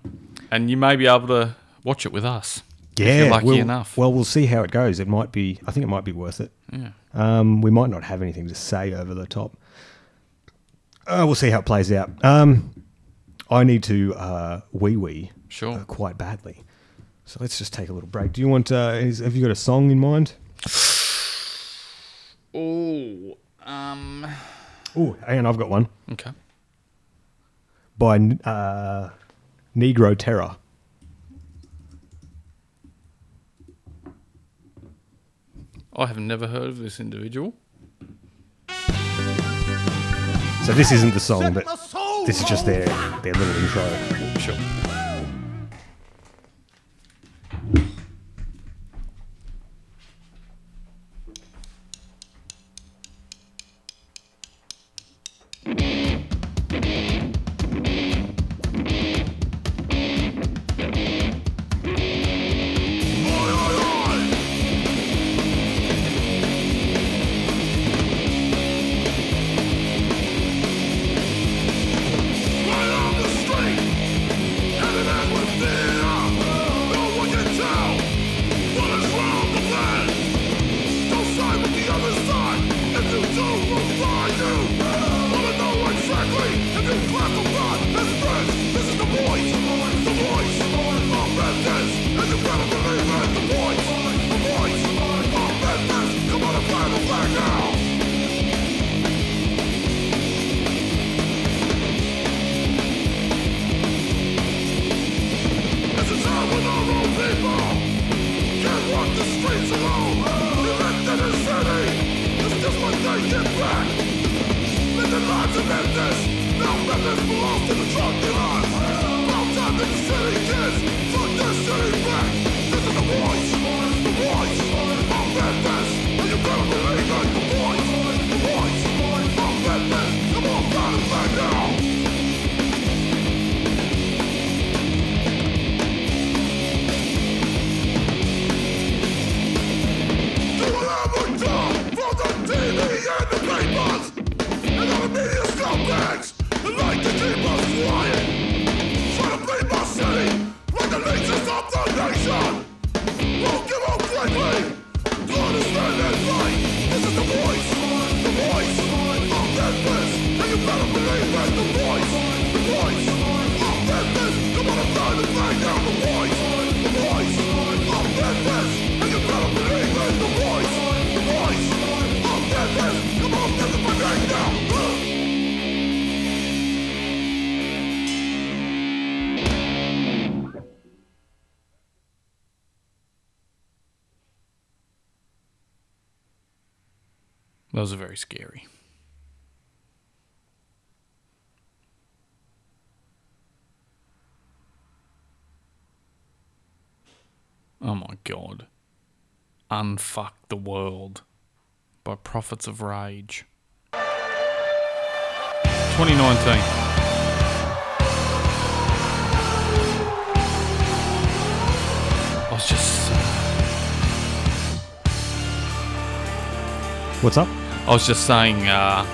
[SPEAKER 2] and you may be able to watch it with us.
[SPEAKER 1] Yeah,
[SPEAKER 2] if you're lucky
[SPEAKER 1] we'll,
[SPEAKER 2] enough.
[SPEAKER 1] Well, we'll see how it goes. It might be. I think it might be worth it.
[SPEAKER 2] Yeah.
[SPEAKER 1] Um, we might not have anything to say over the top. Uh, we'll see how it plays out. Um, I need to uh, wee wee.
[SPEAKER 2] Sure.
[SPEAKER 1] Uh, quite badly. So let's just take a little break. Do you want? Uh, is, have you got a song in mind?
[SPEAKER 2] Oh, um,
[SPEAKER 1] Oh, and I've got one
[SPEAKER 2] okay.
[SPEAKER 1] by uh, Negro Terror.
[SPEAKER 12] I have never heard of this individual.
[SPEAKER 1] So this isn't the song, but this is just their their little intro.
[SPEAKER 12] Sure. Those are very scary. Oh my god. Unfuck the World by Prophets of Rage. 2019. I was just
[SPEAKER 1] What's up?
[SPEAKER 12] I was just saying, uh,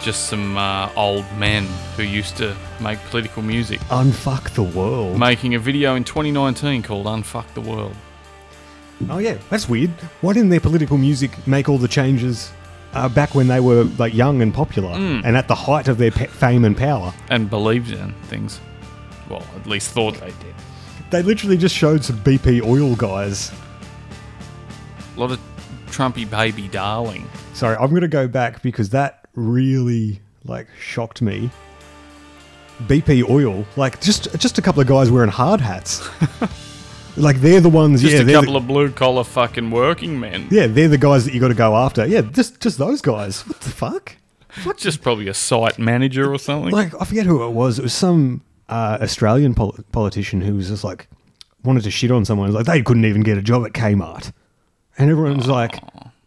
[SPEAKER 12] just some uh, old men who used to make political music,
[SPEAKER 1] Oh. Unfuck the world.
[SPEAKER 12] making a video in 2019 called "Unfuck the World."
[SPEAKER 1] Oh yeah, that's weird. Why didn't their political music make all the changes uh, back when they were like young and popular
[SPEAKER 12] Mm.
[SPEAKER 1] and at the height of their pe- fame and power?
[SPEAKER 12] and believed in things. Well, at least thought they did.
[SPEAKER 1] They literally just showed some BP oil guys.
[SPEAKER 12] A lot of Trumpy baby darling.
[SPEAKER 1] Sorry, I'm going to go back because that really like shocked me. BP oil, like just just a couple of guys wearing hard hats. like they're the ones.
[SPEAKER 12] Just
[SPEAKER 1] yeah,
[SPEAKER 12] a
[SPEAKER 1] they're
[SPEAKER 12] couple
[SPEAKER 1] the,
[SPEAKER 12] of blue collar fucking working men.
[SPEAKER 1] yeah, they're the guys that you got to go after. Yeah, just just those guys. What the fuck?
[SPEAKER 12] Just probably a site manager or something.
[SPEAKER 1] like I forget who it was. It was some uh, Australian pol- politician who was just like wanted to shit on someone. Like they couldn't even get a job at Kmart, and everyone's like,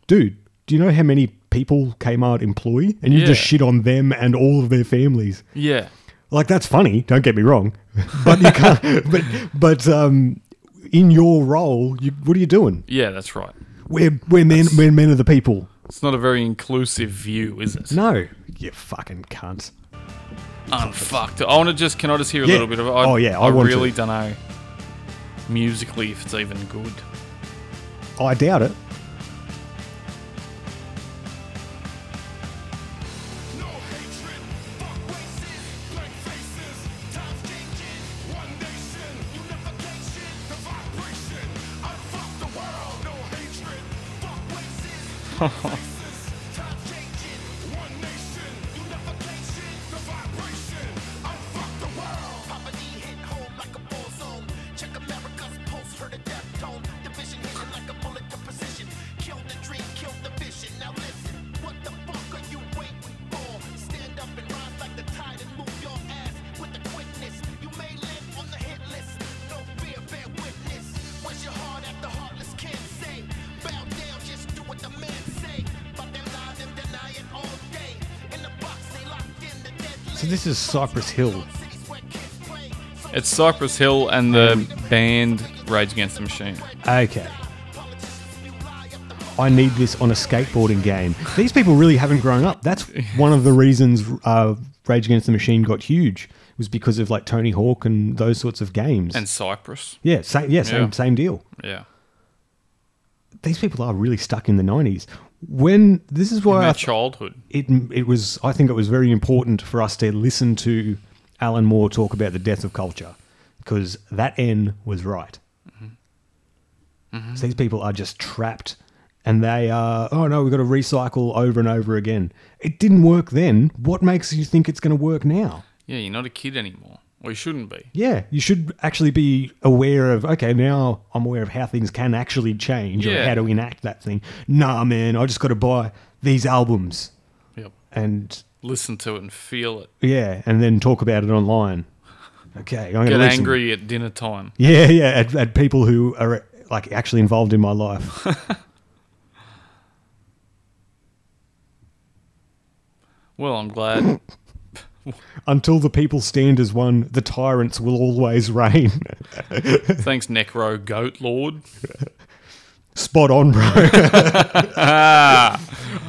[SPEAKER 1] "Dude, do you know how many people Kmart employ?" And you just
[SPEAKER 12] Yeah.
[SPEAKER 1] shit on them and all of their families.
[SPEAKER 12] yeah.
[SPEAKER 1] Like that's funny. Don't get me wrong, but you can't. but but um, in your role, you, what are you doing?
[SPEAKER 12] Yeah, that's right.
[SPEAKER 1] We're we're men. We're men of the people.
[SPEAKER 12] It's not a very inclusive view, is it?
[SPEAKER 1] No, you fucking cunt.
[SPEAKER 12] Unfucked. I want to just. Can I just hear a
[SPEAKER 1] Yeah.
[SPEAKER 12] little bit of it? I,
[SPEAKER 1] Oh, yeah, I
[SPEAKER 12] I,
[SPEAKER 1] want to.
[SPEAKER 12] really don't know musically if it's even good.
[SPEAKER 1] I doubt it. So this is Cypress Hill.
[SPEAKER 2] It's Cypress Hill and the band Rage Against the Machine.
[SPEAKER 1] Okay. I need this on a skateboarding game. These people really haven't grown up. That's one of the reasons uh, Rage Against the Machine got huge was because of like Tony Hawk and those sorts of games.
[SPEAKER 2] And Cypress.
[SPEAKER 1] Yeah, same, yeah, same,
[SPEAKER 2] Yeah.
[SPEAKER 1] same deal.
[SPEAKER 2] Yeah.
[SPEAKER 1] These people are really stuck in the '90s. When this is why
[SPEAKER 2] In
[SPEAKER 1] I
[SPEAKER 2] their
[SPEAKER 1] th-
[SPEAKER 2] childhood.
[SPEAKER 1] it it was. I think it was very important for us to listen to Alan Moore talk about the death of culture because that N was right. So these people are just trapped and they are, oh no, we've got to recycle over and over again. It didn't work then. What makes you think it's going to work now?
[SPEAKER 2] Yeah, you're not a kid anymore. Or you shouldn't be.
[SPEAKER 1] Yeah, you should actually be aware of, okay, now I'm aware of how things can actually change or
[SPEAKER 2] Yeah.
[SPEAKER 1] how to enact that thing. Nah, man, I just got to buy these albums.
[SPEAKER 2] Yep.
[SPEAKER 1] And
[SPEAKER 2] Listen to it and feel it.
[SPEAKER 1] yeah, and then talk about it online. Okay, I'm going to
[SPEAKER 2] Get
[SPEAKER 1] listen.
[SPEAKER 2] angry at dinner time.
[SPEAKER 1] Yeah, yeah, at, at people who are like actually involved in my life.
[SPEAKER 2] Well, I'm glad.
[SPEAKER 1] Until the people stand as one, the tyrants will always reign.
[SPEAKER 2] Thanks, Necro Goat Lord.
[SPEAKER 1] Spot on, bro. I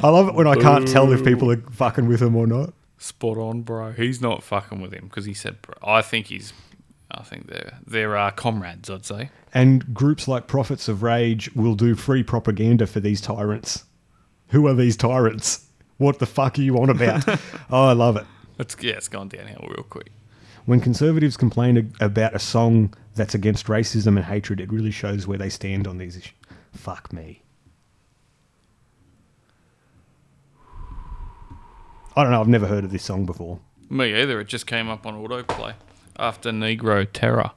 [SPEAKER 1] love it when I can't tell if
[SPEAKER 2] Boo.
[SPEAKER 1] people are fucking with him or not.
[SPEAKER 2] Spot on, bro. He's not fucking with him because he said, bro. I think he's. I think they're, they're uh, comrades, I'd say.
[SPEAKER 1] And groups like Prophets of Rage will do free propaganda for these tyrants. Who are these tyrants? What the fuck are you on about? oh, I love it.
[SPEAKER 2] It's, yeah, it's gone downhill real quick.
[SPEAKER 1] When conservatives complain ag- about a song that's against racism and hatred, it really shows where they stand on these issues. Fuck me. I don't know. I've never heard of this song before,
[SPEAKER 2] Me either. It just came up on autoplay after Negro Terror.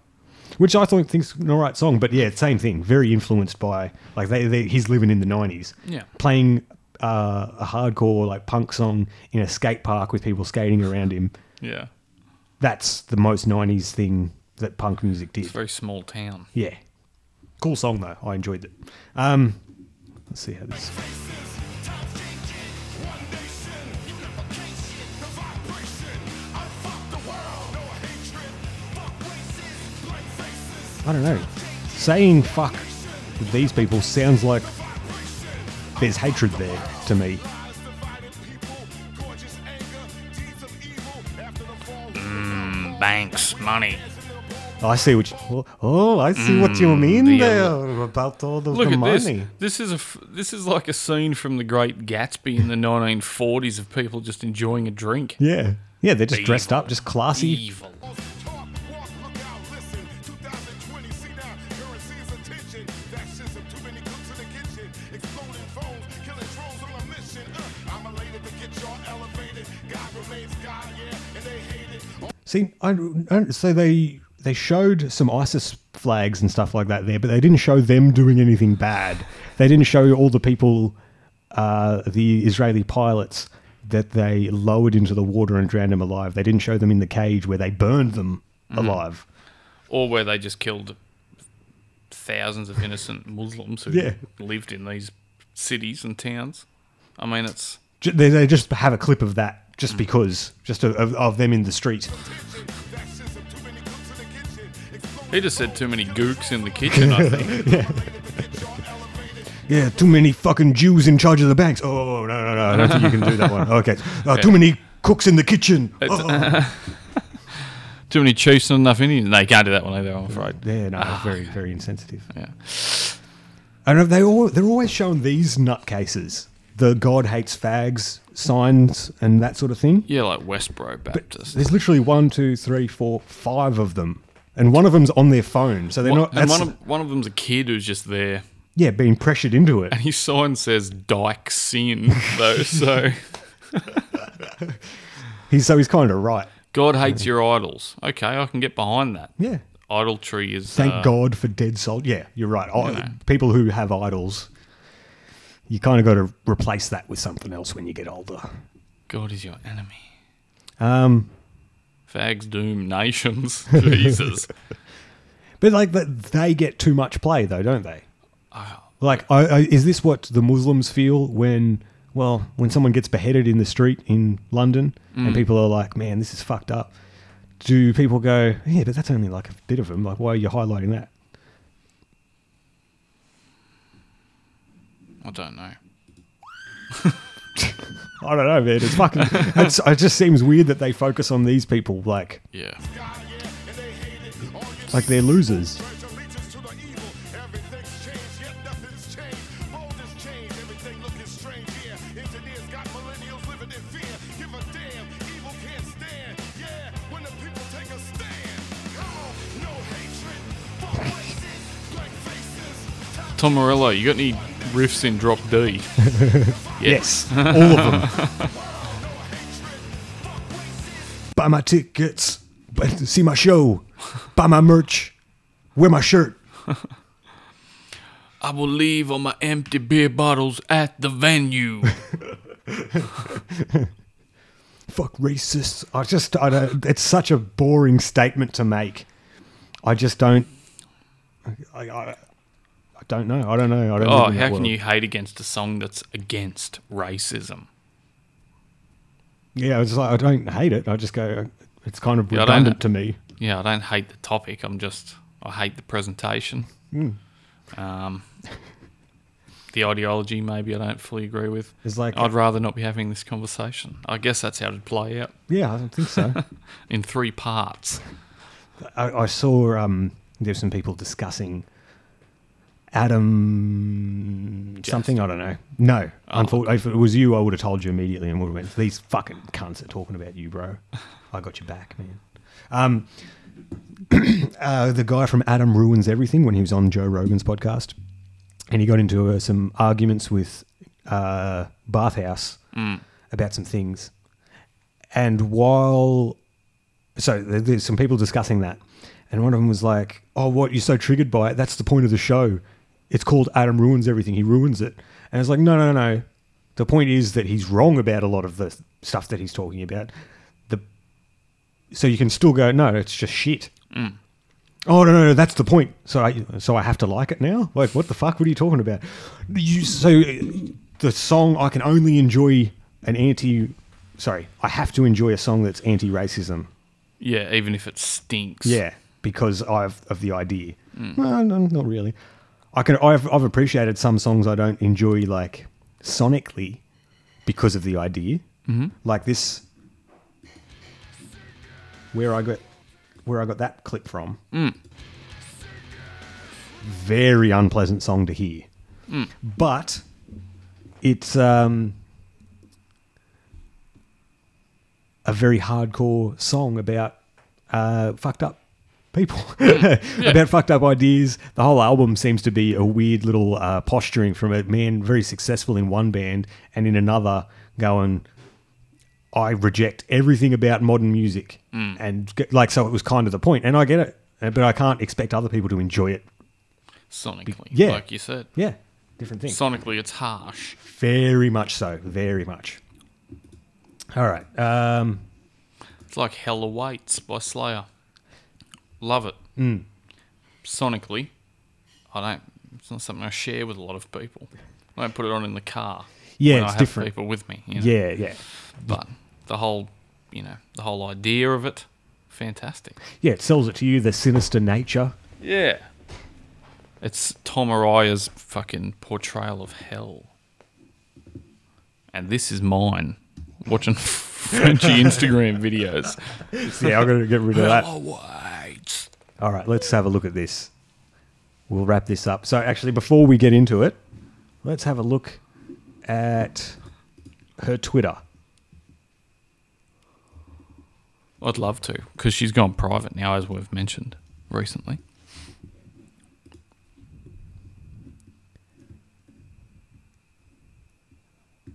[SPEAKER 1] which I think think's an alright song. But yeah, same thing. Very influenced by like they, they he's living in the nineties.
[SPEAKER 2] Yeah.
[SPEAKER 1] playing uh, a hardcore like punk song in a skate park with people skating around him.
[SPEAKER 2] Yeah.
[SPEAKER 1] That's the most nineties thing that punk music did.
[SPEAKER 2] It's a very small town.
[SPEAKER 1] Yeah. Cool song though. I enjoyed it. Um, let's see how this. I don't know. Saying fuck with these people sounds like there's hatred there to me.
[SPEAKER 2] Mm, banks, money.
[SPEAKER 1] I see what you, oh, I see what you
[SPEAKER 2] Mm,
[SPEAKER 1] mean
[SPEAKER 2] the-
[SPEAKER 1] there about all the,
[SPEAKER 2] Look
[SPEAKER 1] the
[SPEAKER 2] at
[SPEAKER 1] money.
[SPEAKER 2] this. This is a f- this is like a scene from the Great Gatsby in the 1940s of people just enjoying a drink.
[SPEAKER 1] Yeah, yeah, they're just dressed up, just classy.
[SPEAKER 2] Evil.
[SPEAKER 12] Uh,
[SPEAKER 1] See, I, I- so they they showed some ISIS flags and stuff like that there, but they didn't show them doing anything bad. They didn't show all the people, uh, the Israeli pilots that they lowered into the water and drowned them alive. They didn't show them in the cage where they burned them alive.
[SPEAKER 2] Or where they just killed thousands of innocent Muslims who
[SPEAKER 1] Yeah.
[SPEAKER 2] lived in these cities and towns. I mean, it's
[SPEAKER 1] Ju- They, they just have a clip of that just because, just of, of, of them in the street.
[SPEAKER 2] he just said too many gooks in the kitchen. I think.
[SPEAKER 1] yeah. Yeah, too many fucking Jews in charge of the banks. Oh, no, no, no. I don't think you can do that one. Okay. Uh, Too
[SPEAKER 2] Yeah.
[SPEAKER 1] many cooks in the kitchen.
[SPEAKER 2] It's-
[SPEAKER 1] Oh.
[SPEAKER 2] Too many chiefs and enough Indians. They can't do that one either. I'm afraid.
[SPEAKER 1] Yeah, no, very, very insensitive.
[SPEAKER 2] Yeah.
[SPEAKER 1] I don't know. They all, they're always showing these nutcases, the God hates fags signs and that sort of thing.
[SPEAKER 2] Yeah, like Westboro Baptist.
[SPEAKER 1] There's literally one, two, three, four, five of them. And one of them's on their phone. So they're
[SPEAKER 2] One-
[SPEAKER 1] not.
[SPEAKER 2] and
[SPEAKER 1] That's,
[SPEAKER 2] one of, one of them's a kid who's just there.
[SPEAKER 1] yeah, being pressured into it.
[SPEAKER 2] And his sign says Dyke Sin, though, so
[SPEAKER 1] He's, so he's kind of right.
[SPEAKER 2] God hates your idols. Okay, I can get behind that.
[SPEAKER 1] Yeah.
[SPEAKER 2] Idolatry is.
[SPEAKER 1] Thank
[SPEAKER 2] uh,
[SPEAKER 1] God for dead sold. Yeah, you're right. I, People who have idols, you kind of got to replace that with something else when you get older.
[SPEAKER 2] God is your enemy.
[SPEAKER 1] Um,
[SPEAKER 2] Fags doom nations. Jesus.
[SPEAKER 1] but like that, they get too much play though, don't they? Like, I, I, is this what the Muslims feel when Well, when someone gets beheaded in the street in London
[SPEAKER 2] Mm.
[SPEAKER 1] and people are like, man, this is fucked up, do people go, yeah, but that's only like a bit of them. Like, why are you highlighting that?
[SPEAKER 2] I don't know.
[SPEAKER 1] I don't know, man. It's fucking. it's, it just seems weird that they focus on these people, like,
[SPEAKER 2] Yeah.
[SPEAKER 1] like they're losers.
[SPEAKER 2] Tom Morello, you got any riffs in drop D?
[SPEAKER 1] Yes, all of them. Buy my tickets, but see my show, buy my merch, wear my shirt.
[SPEAKER 2] I will leave all my empty beer bottles at the venue.
[SPEAKER 1] Fuck racists. I just, I don't. It's such a boring statement to make. I just don't. I, I, I don't know. I don't know. I don't.
[SPEAKER 2] oh,
[SPEAKER 1] live in that
[SPEAKER 2] how can
[SPEAKER 1] world.
[SPEAKER 2] you hate against a song that's against racism?
[SPEAKER 1] Yeah, it's like I don't hate it. I just go. It's kind of
[SPEAKER 2] Yeah, I don't-
[SPEAKER 1] redundant to me.
[SPEAKER 2] Yeah, I don't hate the topic. I'm just, I hate the presentation.
[SPEAKER 1] Mm.
[SPEAKER 2] Um, the ideology, maybe I don't fully agree with.
[SPEAKER 1] It's like-
[SPEAKER 2] I'd rather not be having this conversation. I guess that's how it'd play out.
[SPEAKER 1] Yeah, I don't think so.
[SPEAKER 2] In three parts.
[SPEAKER 1] I, I saw um, there's some people discussing Adam something. I don't know. No, unfortunately, if it was you, I would have told you immediately and would have went. These fucking cunts are talking about you, bro. I got your back, man. Um, uh, the guy from Adam ruins everything when he was on Joe Rogan's podcast, and he got into uh, some arguments with uh, Bathhouse
[SPEAKER 2] Mm.
[SPEAKER 1] about some things. And while, so there- there's some people discussing that, and one of them was like, "Oh, what? You're so triggered by it? That's the point of the show. It's called Adam ruins everything. He ruins it." And it's like, no, no, no. The point is that he's wrong about a lot of the stuff that he's talking about. The so you can still go, no, it's just shit.
[SPEAKER 2] Mm.
[SPEAKER 1] Oh no, no, no, that's the point. So I, so I have to like it now. Like, what the fuck? What are you talking about? You so uh, the song I can only enjoy an anti. Sorry, I have to enjoy a song that's anti-racism.
[SPEAKER 2] Yeah, even if it stinks.
[SPEAKER 1] Yeah, because I've of the idea.
[SPEAKER 2] Mm.
[SPEAKER 1] Well, no, not really. I can. I've, I've appreciated some songs I don't enjoy like sonically because of the idea.
[SPEAKER 2] Mhm.
[SPEAKER 1] Like this, where I got where I got that clip from.
[SPEAKER 2] Mm.
[SPEAKER 1] Very unpleasant song to hear,
[SPEAKER 2] Mm.
[SPEAKER 1] but it's um, a very hardcore song about uh, fucked up people, about fucked up ideas. The whole album seems to be a weird little uh, posturing from a man very successful in one band and in another going, I reject everything about modern music.
[SPEAKER 2] Mm.
[SPEAKER 1] And get, like, so it was kind of the point. And I get it, uh, but I can't expect other people to enjoy it.
[SPEAKER 2] Sonically.
[SPEAKER 1] Yeah.
[SPEAKER 2] Like you said.
[SPEAKER 1] Yeah. Different thing.
[SPEAKER 2] Sonically, it's harsh.
[SPEAKER 1] Very much so. Very much. All right. Um,
[SPEAKER 2] It's like Hell Awaits by Slayer. Love it.
[SPEAKER 1] Mm.
[SPEAKER 2] Sonically, I don't. It's not something I share with a lot of people. I don't put it on in the car.
[SPEAKER 1] Yeah,
[SPEAKER 2] when
[SPEAKER 1] it's
[SPEAKER 2] I have
[SPEAKER 1] different.
[SPEAKER 2] People with me. you know.
[SPEAKER 1] Yeah, yeah.
[SPEAKER 2] But the whole, you know, the whole idea of it, fantastic.
[SPEAKER 1] yeah, it sells it to you, the sinister nature.
[SPEAKER 2] Yeah. It's Tom Araya's fucking portrayal of hell. And this is mine. Watching Frenchy Instagram videos.
[SPEAKER 1] Yeah, I'm going to get rid of that.
[SPEAKER 2] Hell awaits.
[SPEAKER 1] All right, let's have a look at this. We'll wrap this up. So, actually, before we get into it, let's have a look at her Twitter.
[SPEAKER 2] I'd love to, because she's gone private now, as we've mentioned recently.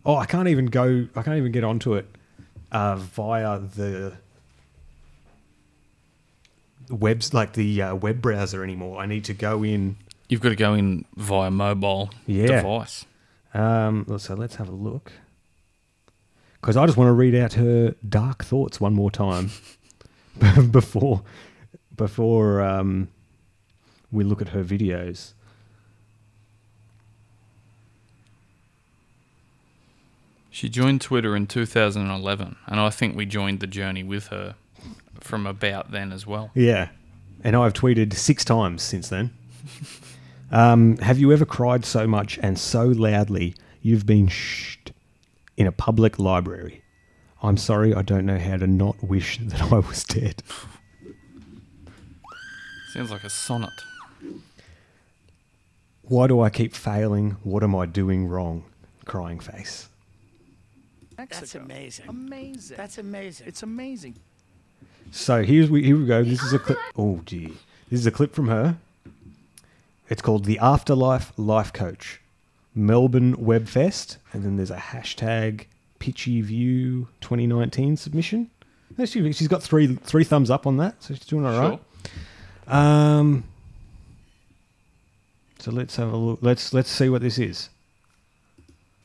[SPEAKER 1] Oh, I can't even go. I can't even get onto it uh, via the webs like the uh, web browser anymore. I need to go in.
[SPEAKER 2] You've got to go in via mobile
[SPEAKER 1] Yeah.
[SPEAKER 2] device.
[SPEAKER 1] Um, so let's have a look. Because I just want to read out her dark thoughts one more time before before um, we look at her videos.
[SPEAKER 2] She joined Twitter in 2011, and I think we joined the journey with her from about then as well.
[SPEAKER 1] Yeah. And I've tweeted six times since then. um, have you ever cried so much and so loudly you've been shushed in a public library? I'm sorry, I don't know how to not wish that I was dead.
[SPEAKER 2] Sounds like a sonnet.
[SPEAKER 1] Why do I keep failing? What am I doing wrong? Crying face.
[SPEAKER 5] That's amazing. Amazing. That's amazing. It's amazing.
[SPEAKER 1] So here's we here we go. This is a clip. Oh gee, this is a clip from her. It's called the Afterlife Life Coach, Melbourne Webfest, and then there's a hashtag Pitchy View 2019 submission. No, she- She's got three three thumbs up on that, so she's doing all right. Um, so let's have a look. Let's let's see what this is.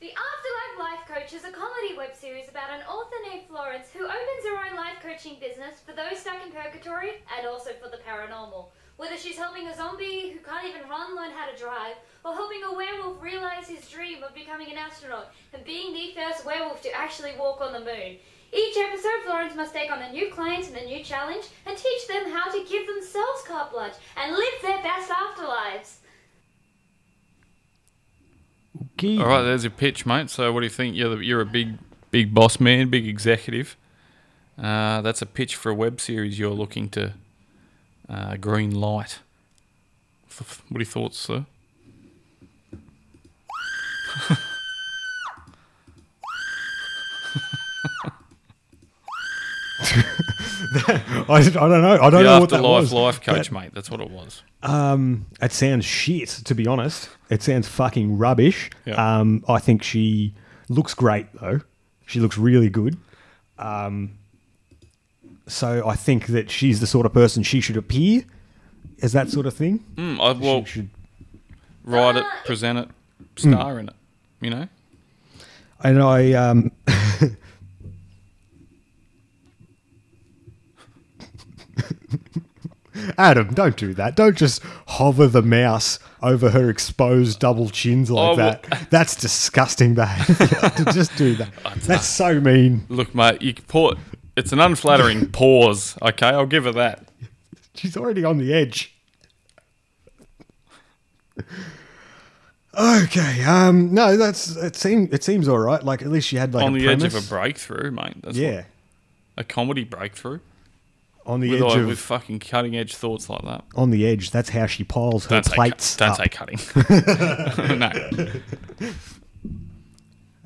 [SPEAKER 12] The Afterlife Life Coach is a comedy web series about an author named Florence who opens her own life coaching business for those stuck in purgatory and also for the paranormal. Whether she's helping a zombie who can't even run learn how to drive, or helping a werewolf realize his dream of becoming an astronaut and being the first werewolf to actually walk on the moon. Each episode, Florence must take on a new client and a new challenge and teach them how to give themselves carte blanche and live their best afterlives.
[SPEAKER 2] All right, there's your pitch, mate. So what do you think? You're the, you're a big big boss man, big executive. Uh, that's a pitch for a web series you're looking to uh, green light. F- What are your thoughts, sir?
[SPEAKER 1] I, I don't know. I don't
[SPEAKER 2] The
[SPEAKER 1] know what that
[SPEAKER 2] Afterlife
[SPEAKER 1] was.
[SPEAKER 2] Life Coach,
[SPEAKER 1] That-
[SPEAKER 2] mate. That's what it was.
[SPEAKER 1] Um, it sounds shit, to be honest. It sounds fucking rubbish. Um, I think she looks great though. She looks really good. Um, so I think that she's the sort of person she should appear as that sort of thing.
[SPEAKER 2] Mm, I well, write it, present it, star in it. You know,
[SPEAKER 1] And I, um, Adam, don't do that. Don't just hover the mouse over her exposed double chins like
[SPEAKER 2] Oh, well-
[SPEAKER 1] that. That's disgusting behavior to just do that.
[SPEAKER 2] Oh,
[SPEAKER 1] That's so mean.
[SPEAKER 2] look, mate. You can put. It's an unflattering pause. Okay, I'll give her that.
[SPEAKER 1] She's already on the edge. Okay. Um. No, that's it. Seems it seems all right. Like at least she had like
[SPEAKER 2] on
[SPEAKER 1] a
[SPEAKER 2] the edge
[SPEAKER 1] premise.
[SPEAKER 2] of a breakthrough, mate. That's
[SPEAKER 1] Yeah.
[SPEAKER 2] What, a comedy breakthrough.
[SPEAKER 1] On the
[SPEAKER 2] with,
[SPEAKER 1] edge
[SPEAKER 2] like,
[SPEAKER 1] of-
[SPEAKER 2] with fucking cutting edge thouts like that.
[SPEAKER 1] on the edge. That's how she piles her
[SPEAKER 2] Don't say, cut-
[SPEAKER 1] plates.
[SPEAKER 2] don't
[SPEAKER 1] up.
[SPEAKER 2] say cutting.
[SPEAKER 1] no.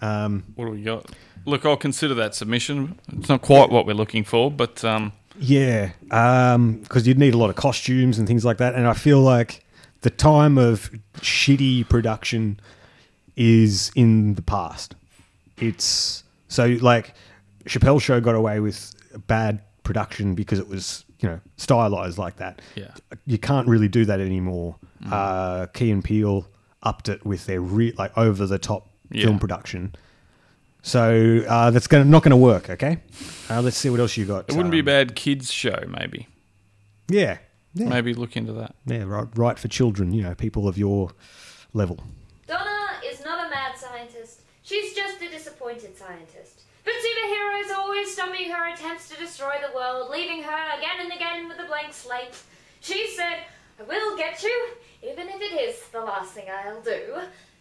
[SPEAKER 1] Um.
[SPEAKER 2] What do we got? Look, I'll consider that submission. It's not quite what we're looking for, but um,
[SPEAKER 1] Yeah. Um. Because you'd need a lot of costumes and things like that, and I feel like the time of shitty production is in the past. It's so like Chappelle's show got away with bad production because it was you know stylized like that.
[SPEAKER 2] Yeah. Mm.
[SPEAKER 1] you can't really do that anymore. Uh, Key and Peele upped it with their re- like over the top
[SPEAKER 2] Yeah.
[SPEAKER 1] film production. So uh, that's gonna not gonna work. Okay, uh, let's see what else you got.
[SPEAKER 2] it wouldn't be a bad kids show, maybe.
[SPEAKER 1] Yeah, yeah.
[SPEAKER 2] Maybe look into that.
[SPEAKER 1] yeah, right, right for children. You know, people of your level.
[SPEAKER 12] Donna is not a mad scientist. She's just a disappointed scientist. But superheroes are always stopping her attempts to destroy the world, leaving her again and again with a blank slate. She said, I will get you, even if it is the last thing I'll do.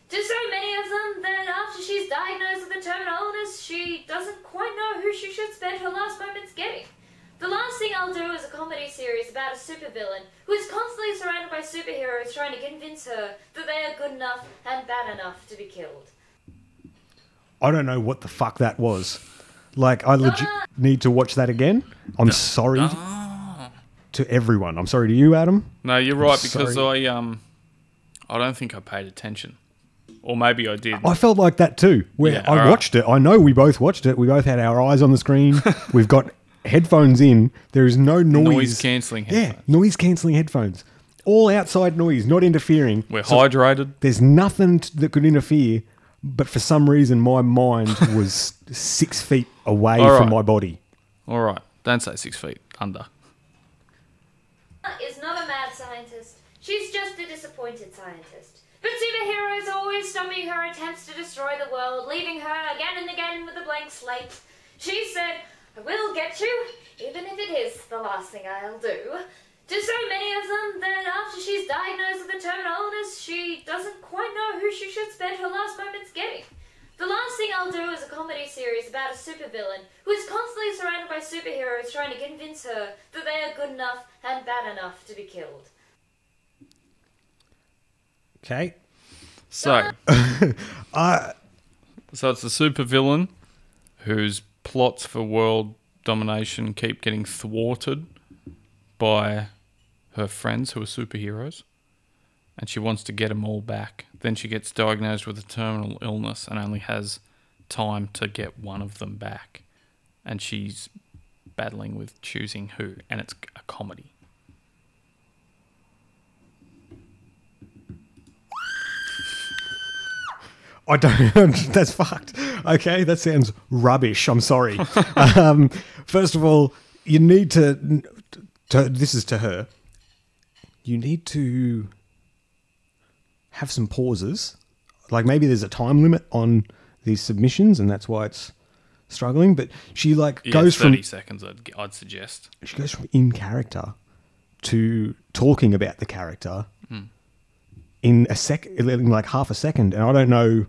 [SPEAKER 12] To so many of them that after she's diagnosed with a terminal illness, she doesn't quite know who she should spend her last moments getting. The last thing I'll do is a comedy series about a supervillain who is constantly surrounded by superheroes trying to convince her that they are good enough and bad enough to be killed.
[SPEAKER 1] I don't know what the fuck that was. Like, I legit
[SPEAKER 2] Ah.
[SPEAKER 1] need to watch that again. I'm sorry
[SPEAKER 2] Ah.
[SPEAKER 1] to everyone. I'm sorry to you, Adam.
[SPEAKER 2] No, you're
[SPEAKER 1] I'm
[SPEAKER 2] right because
[SPEAKER 1] sorry.
[SPEAKER 2] I um, I don't think I paid attention, or maybe I did.
[SPEAKER 1] I felt like that too. Where
[SPEAKER 2] Yeah,
[SPEAKER 1] I
[SPEAKER 2] alright.
[SPEAKER 1] watched it. I know we both watched it. We both had our eyes on the screen. We've got headphones in. There is no noise.
[SPEAKER 2] Noise cancelling
[SPEAKER 1] Yeah, noise cancelling headphones. All outside noise, not interfering.
[SPEAKER 2] We're hydrated.
[SPEAKER 1] There's nothing t- that could interfere. But for some reason, my mind was six feet away
[SPEAKER 2] Alright.
[SPEAKER 1] from my body.
[SPEAKER 2] All right, don't say six feet under.
[SPEAKER 12] Donna is not a mad scientist. She's just a disappointed scientist. But superheroes always dummy her attempts to destroy the world, leaving her again and again with a blank slate. She said, I will get you, even if it is the last thing I'll do. To so many of them that after she's diagnosed with a terminal illness, she doesn't quite know who she should spend her last moments getting. The last thing I'll do is a comedy series about a supervillain who is constantly surrounded by superheroes trying to convince her that they are good enough and bad enough to be killed.
[SPEAKER 1] Okay.
[SPEAKER 2] So,
[SPEAKER 1] uh,
[SPEAKER 2] so it's the supervillain whose plots for world domination keep getting thwarted by her friends who are superheroes, and she wants to get them all back. Then she gets diagnosed with a terminal illness and only has time to get one of them back, and she's battling with choosing who, and it's a comedy.
[SPEAKER 1] I don't. that's fucked. Okay, that sounds rubbish. I'm sorry. um, first of all, you need to, to. This is to her. You need to have some pauses. Like maybe there's a time limit on these submissions, and that's why it's struggling. But she like
[SPEAKER 2] Yeah,
[SPEAKER 1] goes
[SPEAKER 2] thirty
[SPEAKER 1] from
[SPEAKER 2] seconds. I'd, I'd suggest.
[SPEAKER 1] she goes from in character to talking about the character
[SPEAKER 2] Hmm.
[SPEAKER 1] in a sec, in like half a second, and I don't know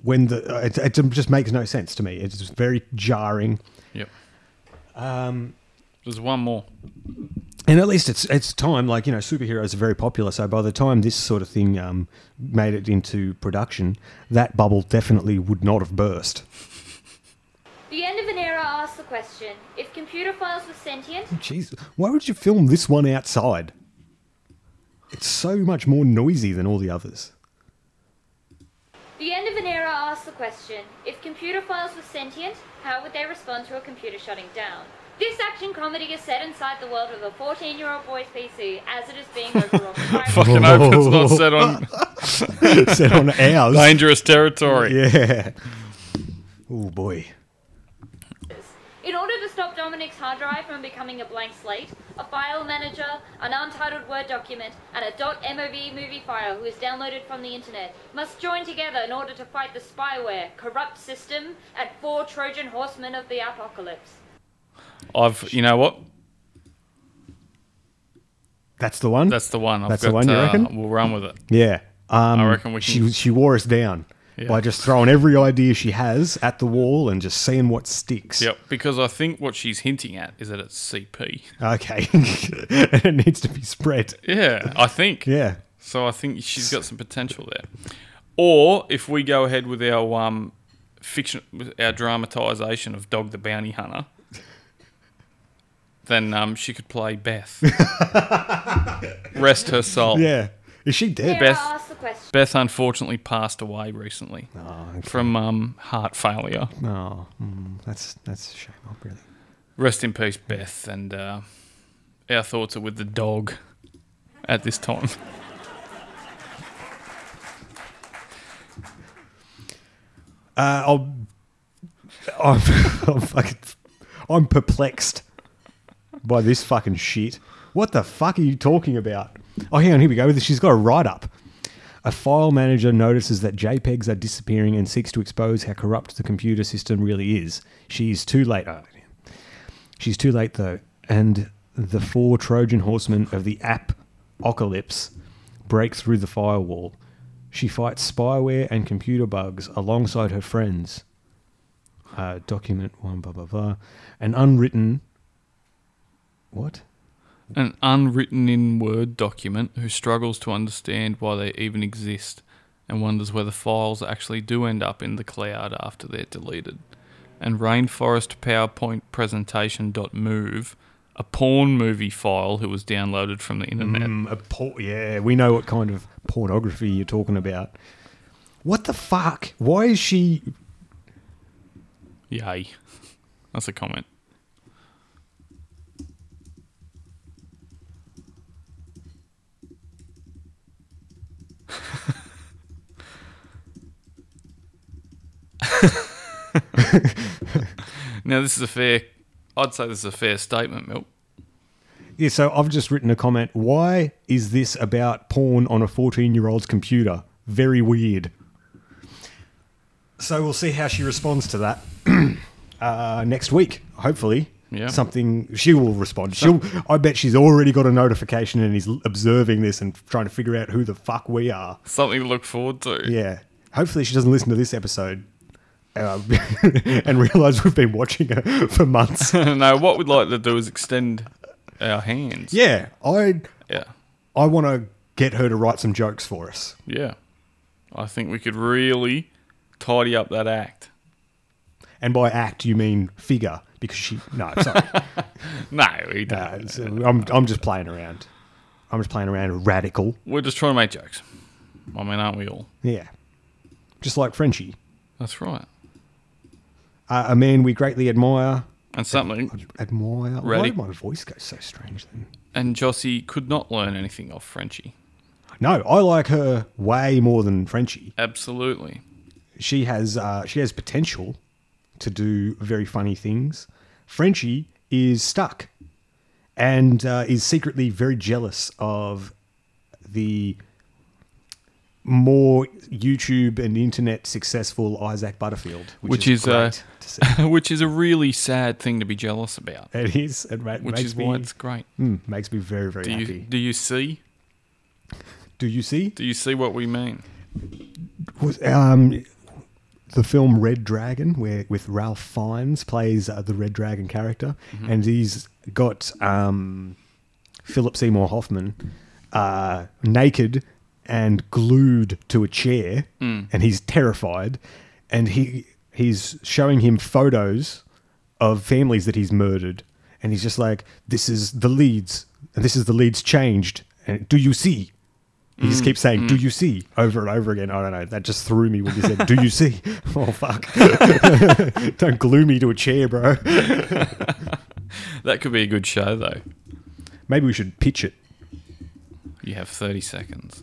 [SPEAKER 1] when the uh, it, it just makes no sense to me. It's just very jarring,
[SPEAKER 2] Yep.
[SPEAKER 1] Um,
[SPEAKER 2] There's one more.
[SPEAKER 1] and at least it's it's time. Like you know, superheroes are very popular, so by the time this sort of thing um, made it into production, that bubble definitely would not have burst.
[SPEAKER 12] The end of an era asks the question if computer files were sentient,
[SPEAKER 1] Jeez, why would you film this one outside? It's so much more noisy than all the others.
[SPEAKER 12] The end of an era asks the question if computer files were sentient, how would they respond to a computer shutting down? This action comedy is set inside the world of a 14 year old boy's PC as it is being overrun.
[SPEAKER 2] Fucking
[SPEAKER 1] Oh.
[SPEAKER 2] hope it's not set on.
[SPEAKER 1] Set on ours.
[SPEAKER 2] Dangerous territory.
[SPEAKER 1] Yeah. Oh boy.
[SPEAKER 12] In order to stop Dominic's hard drive from becoming a blank slate, a file manager, an untitled Word document, and a .mov movie file who is downloaded from the internet must join together in order to fight the spyware, corrupt system, and four Trojan horsemen of the apocalypse.
[SPEAKER 2] I've. You know what?
[SPEAKER 1] That's the one.
[SPEAKER 2] That's the one. I've
[SPEAKER 1] That's
[SPEAKER 2] got,
[SPEAKER 1] the one you
[SPEAKER 2] uh,
[SPEAKER 1] reckon?
[SPEAKER 2] we'll run with it.
[SPEAKER 1] Yeah. Um,
[SPEAKER 2] I reckon we
[SPEAKER 1] she
[SPEAKER 2] can-
[SPEAKER 1] she wore us down
[SPEAKER 2] Yeah.
[SPEAKER 1] by just throwing every idea she has at the wall and just seeing what sticks.
[SPEAKER 2] Yep. Because I think what she's hinting at is that it's CP.
[SPEAKER 1] Okay. and it needs to be spread.
[SPEAKER 2] Yeah, I think.
[SPEAKER 1] Yeah.
[SPEAKER 2] So I think she's got some potential there. Or if we go ahead with our um, fiction, with our dramatization of Dog the Bounty Hunter, then um, she could play Beth. Rest her soul.
[SPEAKER 1] Yeah. Is she dead?
[SPEAKER 12] Sarah
[SPEAKER 2] Beth.
[SPEAKER 12] asked the question.
[SPEAKER 2] Beth unfortunately passed away recently
[SPEAKER 1] Oh,
[SPEAKER 2] from um, heart failure.
[SPEAKER 1] No. mm, that's that's a shame. Oh, really.
[SPEAKER 2] Rest in peace, Beth, and uh, our thoughts are with the dog at this time.
[SPEAKER 1] Uh, I'll, I'm, I'm fucking, I'm perplexed by this fucking shit. What the fuck are you talking about? Oh, hang on, here we go. She's got a write up. A file manager notices that JPEGs are disappearing and seeks to expose how corrupt the computer system really is. She's too late. Oh, yeah. she's too late, though. And the four Trojan horsemen of the app apocalypse break through the firewall. She fights spyware and computer bugs alongside her friends. Uh, document one, blah, blah, blah. An unwritten. What?
[SPEAKER 2] An unwritten in Word document who struggles to understand why they even exist and wonders whether files actually do end up in the cloud after they're deleted. And Rainforest PowerPoint presentation.move, a porn movie file who was downloaded from the internet.
[SPEAKER 1] Mm, a por- yeah, we know what kind of pornography you're talking about. What the fuck? Why is she.
[SPEAKER 2] Yay. That's a comment. now this is a fair I'd say this is a fair statement, Milt.
[SPEAKER 1] Yeah, so I've just written a comment. Why is this about porn on a 14 year old's computer? Very weird. So we'll see how she responds to that uh, next week, hopefully.
[SPEAKER 2] Yeah.
[SPEAKER 1] Something she will respond. She'll. I bet she's already got a notification and is l- observing this and trying to figure out who the fuck we are.
[SPEAKER 2] Something to look forward to.
[SPEAKER 1] Yeah. Hopefully she doesn't listen to this episode uh, and realize we've been watching her for months.
[SPEAKER 2] no, what we'd like to do is extend our hands.
[SPEAKER 1] Yeah, I
[SPEAKER 2] Yeah.
[SPEAKER 1] I want to get her to write some jokes for us.
[SPEAKER 2] Yeah. I think we could really tidy up that act.
[SPEAKER 1] And by act, you mean figure, because she. No, sorry.
[SPEAKER 2] No, we don't.
[SPEAKER 1] Nah, it's- I'm, I'm just playing around. I'm just playing around radical.
[SPEAKER 2] We're just trying to make jokes. I mean, aren't we all?
[SPEAKER 1] Yeah. Just like Frenchie,
[SPEAKER 2] That's right.
[SPEAKER 1] uh, a man we greatly admire.
[SPEAKER 2] And something
[SPEAKER 1] Admire. Why
[SPEAKER 2] Radi-
[SPEAKER 1] did my voice go so strange then?
[SPEAKER 2] and Jossie could not learn anything off Frenchie.
[SPEAKER 1] No, I like her way more than Frenchie.
[SPEAKER 2] Absolutely.
[SPEAKER 1] She has uh, she has potential to do very funny things. Frenchie is stuck and uh, is secretly very jealous of the more YouTube and internet successful Isaac Butterfield, which,
[SPEAKER 2] Which,
[SPEAKER 1] is,
[SPEAKER 2] is, uh,
[SPEAKER 1] great.
[SPEAKER 2] which is a really sad thing to be jealous about.
[SPEAKER 1] it is. It ma-
[SPEAKER 2] which
[SPEAKER 1] makes
[SPEAKER 2] is why
[SPEAKER 1] me-
[SPEAKER 2] it's great.
[SPEAKER 1] Mm, makes me very very
[SPEAKER 2] Do you,
[SPEAKER 1] happy.
[SPEAKER 2] do you see?
[SPEAKER 1] do you see?
[SPEAKER 2] Do you see what we mean?
[SPEAKER 1] was um, the film Red Dragon, where with Ralph Fiennes plays uh, the Red Dragon character,
[SPEAKER 2] Mhm.
[SPEAKER 1] and he's got um, Philip Seymour Hoffman uh, naked and glued to a chair,
[SPEAKER 2] Mm.
[SPEAKER 1] and he's terrified, and he he's showing him photos of families that he's murdered, and he's just like, "This is the leads, and this is the leads changed." And do you see? He just
[SPEAKER 2] Mm,
[SPEAKER 1] keeps saying,
[SPEAKER 2] mm.
[SPEAKER 1] "Do you see?" over and over again. I don't know. That just threw me when you said, "Do you see?" oh fuck! don't glue me to a chair, bro.
[SPEAKER 2] That could be a good show, though.
[SPEAKER 1] Maybe we should pitch it.
[SPEAKER 2] You have 30 seconds.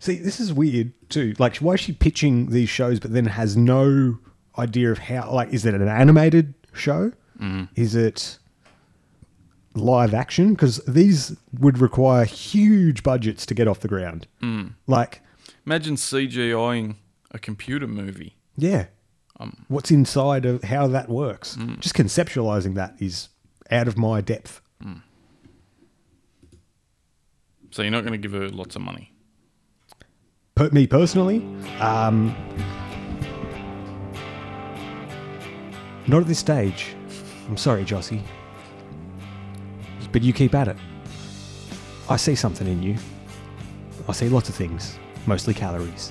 [SPEAKER 1] See, this is weird too. Like, why is she pitching these shows, but then has no idea of how? Like, is it an animated show?
[SPEAKER 2] Mm.
[SPEAKER 1] Is it live action? Because these would require huge budgets to get off the ground.
[SPEAKER 2] Mm.
[SPEAKER 1] Like,
[SPEAKER 2] Imagine CGIing a computer movie.
[SPEAKER 1] yeah, what's inside of how that works? Just conceptualizing that is out of my depth.
[SPEAKER 2] So you're not going to give her lots of money.
[SPEAKER 1] per, me personally, um, not at this stage. I'm sorry, Jossie. But you keep at it. I see something in you. I see lots of things, mostly calories.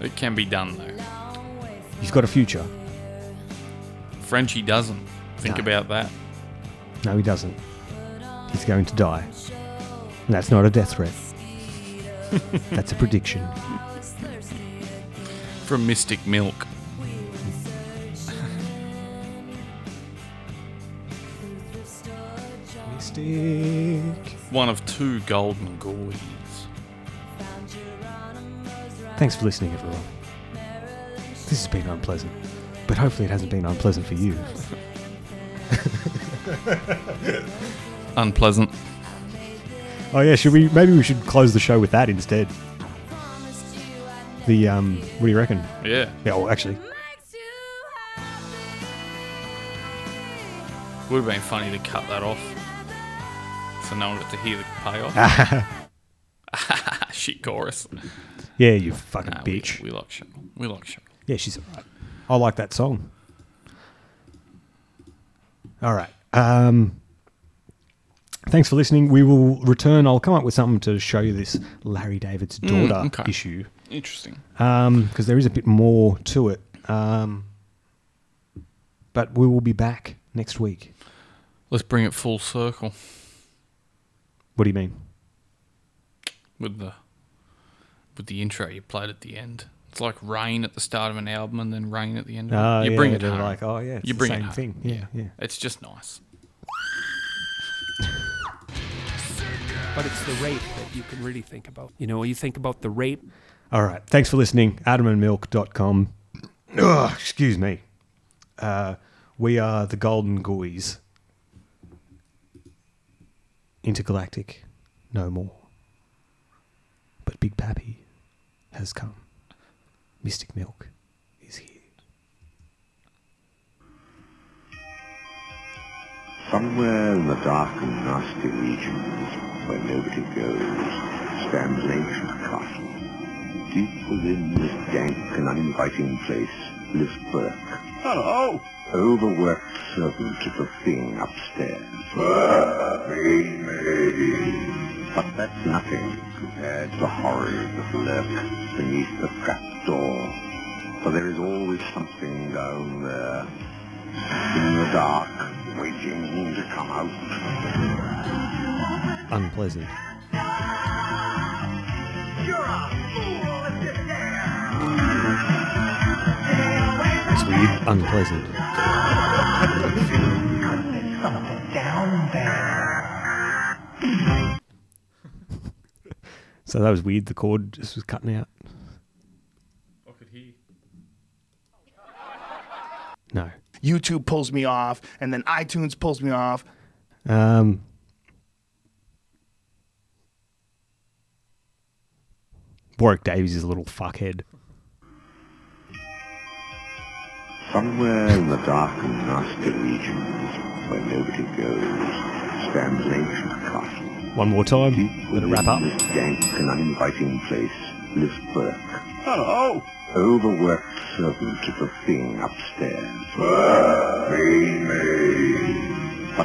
[SPEAKER 2] It can be done, though.
[SPEAKER 1] You've got a future.
[SPEAKER 2] Frenchie doesn't. Think
[SPEAKER 1] No.
[SPEAKER 2] about that.
[SPEAKER 1] No, he doesn't. He's going to die. And that's not a death threat. that's a prediction.
[SPEAKER 2] From Mystic Milk.
[SPEAKER 1] Mystic.
[SPEAKER 2] One of two golden goys.
[SPEAKER 1] Thanks for listening, everyone. This has been unpleasant, but hopefully it hasn't been unpleasant for you.
[SPEAKER 2] Unpleasant.
[SPEAKER 1] Oh yeah, should we? Maybe we should close the show with that instead. The um, what do you reckon?
[SPEAKER 2] Yeah.
[SPEAKER 1] Yeah. Well, actually,
[SPEAKER 2] Would have been funny to cut that off. So no one got to hear the payoff. Shit chorus.
[SPEAKER 1] yeah, you fucking
[SPEAKER 2] Nah, we-
[SPEAKER 1] bitch.
[SPEAKER 2] We, like Cheryl. We like Cheryl.
[SPEAKER 1] Yeah, she's alright. I like that song. All right. Um, thanks for listening. We will return. I'll come up with something to show you this Larry David's
[SPEAKER 2] Mm,
[SPEAKER 1] daughter
[SPEAKER 2] okay.
[SPEAKER 1] issue.
[SPEAKER 2] Interesting.
[SPEAKER 1] because Um, there is a bit more to it. Um, but we will be back next week.
[SPEAKER 2] Let's bring it full circle
[SPEAKER 1] What do you mean?
[SPEAKER 2] with the with the intro you played at the end. It's like rain at the start of an album and then rain at the end. Of
[SPEAKER 1] Oh,
[SPEAKER 2] it. You
[SPEAKER 1] yeah,
[SPEAKER 2] bring it
[SPEAKER 1] they're
[SPEAKER 2] home.
[SPEAKER 1] like, oh, yeah, it's
[SPEAKER 2] you
[SPEAKER 1] the
[SPEAKER 2] bring it
[SPEAKER 1] same
[SPEAKER 2] home.
[SPEAKER 1] thing. Yeah, yeah.
[SPEAKER 2] It's just nice.
[SPEAKER 6] But it's the rape that you can really think about. You know, you think about the rape
[SPEAKER 1] All right. Thanks for listening. AdamandMilk.com. Ugh, excuse me. Uh, we are the Golden Guys. Intergalactic, no more. But Big Pappy has come. Mystic Milk is here.
[SPEAKER 3] Somewhere in the dark and nasty regions where nobody goes stands an ancient castle. Deep within this dank and uninviting place lives Burke. Hello! Overworked servant of the thing upstairs. But that's nothing compared to the horrors that lurk beneath the trapdoor. For there is always something down there in the dark waiting to come out.
[SPEAKER 1] Unpleasant. It's weird, unpleasant.
[SPEAKER 4] Down there.
[SPEAKER 1] So that was weird. The cord just was cutting out.
[SPEAKER 2] I could hear.
[SPEAKER 1] No.
[SPEAKER 5] YouTube pulls me off, and then iTunes pulls me off.
[SPEAKER 1] Um. Warwick Davies is a little fuckhead.
[SPEAKER 3] Somewhere in the dark and nasty regions where nobody goes stands an ancient castle.
[SPEAKER 1] One more time. Let it wrap up.
[SPEAKER 3] In this dank and uninviting place lives Burke. Hello! Overworked servant of the thing upstairs.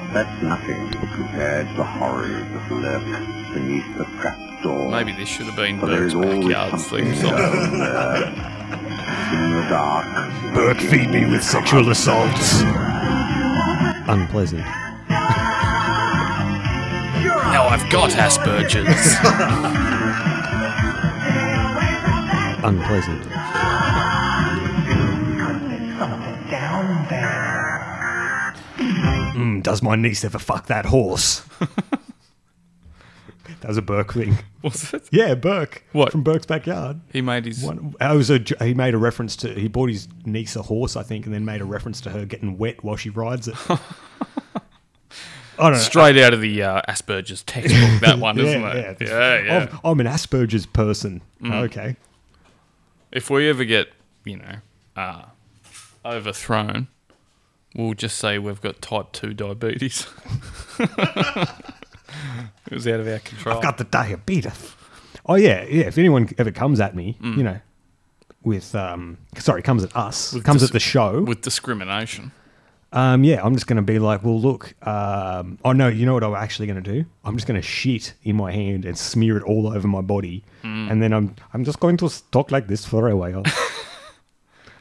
[SPEAKER 3] But that's nothing compared to the horrors that lurk beneath the trapdoor.
[SPEAKER 2] Maybe this should have been
[SPEAKER 3] But there
[SPEAKER 2] Bert's
[SPEAKER 3] is always
[SPEAKER 2] backyard theme
[SPEAKER 3] something
[SPEAKER 2] song.
[SPEAKER 3] down there in the dark.
[SPEAKER 1] Bert, feed me with sexual assaults. Unpleasant.
[SPEAKER 2] now I've got Asperger's.
[SPEAKER 1] Unpleasant.
[SPEAKER 4] Down there.
[SPEAKER 1] Mm, does my niece ever fuck that horse? that was a Burke thing.
[SPEAKER 2] Was it?
[SPEAKER 1] Yeah, Burke. What from Burke's backyard?
[SPEAKER 2] He made his.
[SPEAKER 1] One, I was a, j- he made a reference to he bought his niece a horse, I think, and then made a reference to her getting wet while she rides it. I don't know.
[SPEAKER 2] Straight out of the uh, Asperger's textbook, that one,
[SPEAKER 1] Yeah,
[SPEAKER 2] isn't it? Yeah, yeah.
[SPEAKER 1] I'm, I'm an Asperger's person.
[SPEAKER 2] Mm.
[SPEAKER 1] Okay.
[SPEAKER 2] If we ever get, you know, uh, overthrown, we'll just say we've got type 2 diabetes. it was out of our control.
[SPEAKER 1] I've got the diabetes. Oh yeah, yeah. If anyone ever comes at me,
[SPEAKER 2] Mm.
[SPEAKER 1] you know, with um, sorry, comes at us, comes
[SPEAKER 2] dis-
[SPEAKER 1] at the show.
[SPEAKER 2] With discrimination.
[SPEAKER 1] Um, yeah, I'm just going to be like, well, look. Um, oh no, you know what I'm actually going to do? I'm just going to shit in my hand and smear it all over my body,
[SPEAKER 2] Mm.
[SPEAKER 1] and then I'm I'm just going to s- talk like this for a while.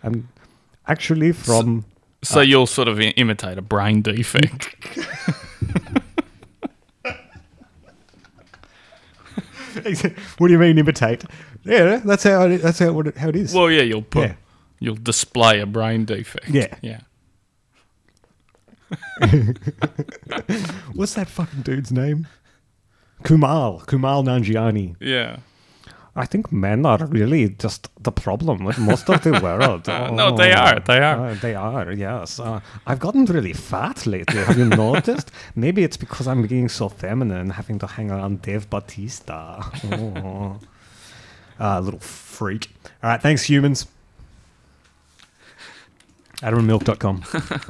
[SPEAKER 1] I'm actually from.
[SPEAKER 2] So
[SPEAKER 1] Uh,
[SPEAKER 2] you'll sort of i- imitate a brain defect.
[SPEAKER 1] what do you mean imitate? Yeah, that's how it, that's how it, how it is.
[SPEAKER 2] well, yeah, you'll put,
[SPEAKER 1] Yeah.
[SPEAKER 2] you'll display a brain defect.
[SPEAKER 1] Yeah.
[SPEAKER 2] Yeah.
[SPEAKER 1] What's that fucking dude's name? Kumal. Kumal Nanjiani.
[SPEAKER 2] Yeah.
[SPEAKER 1] I think men are really just the problem with most of the world.
[SPEAKER 2] No, they are, they
[SPEAKER 1] are. they are, yes. Uh, I've gotten really fat lately. Have you noticed? Maybe it's because I'm being so feminine, having to hang around Dave Batista. Oh. uh, little freak. All right, thanks, humans. AdamandMilk.com.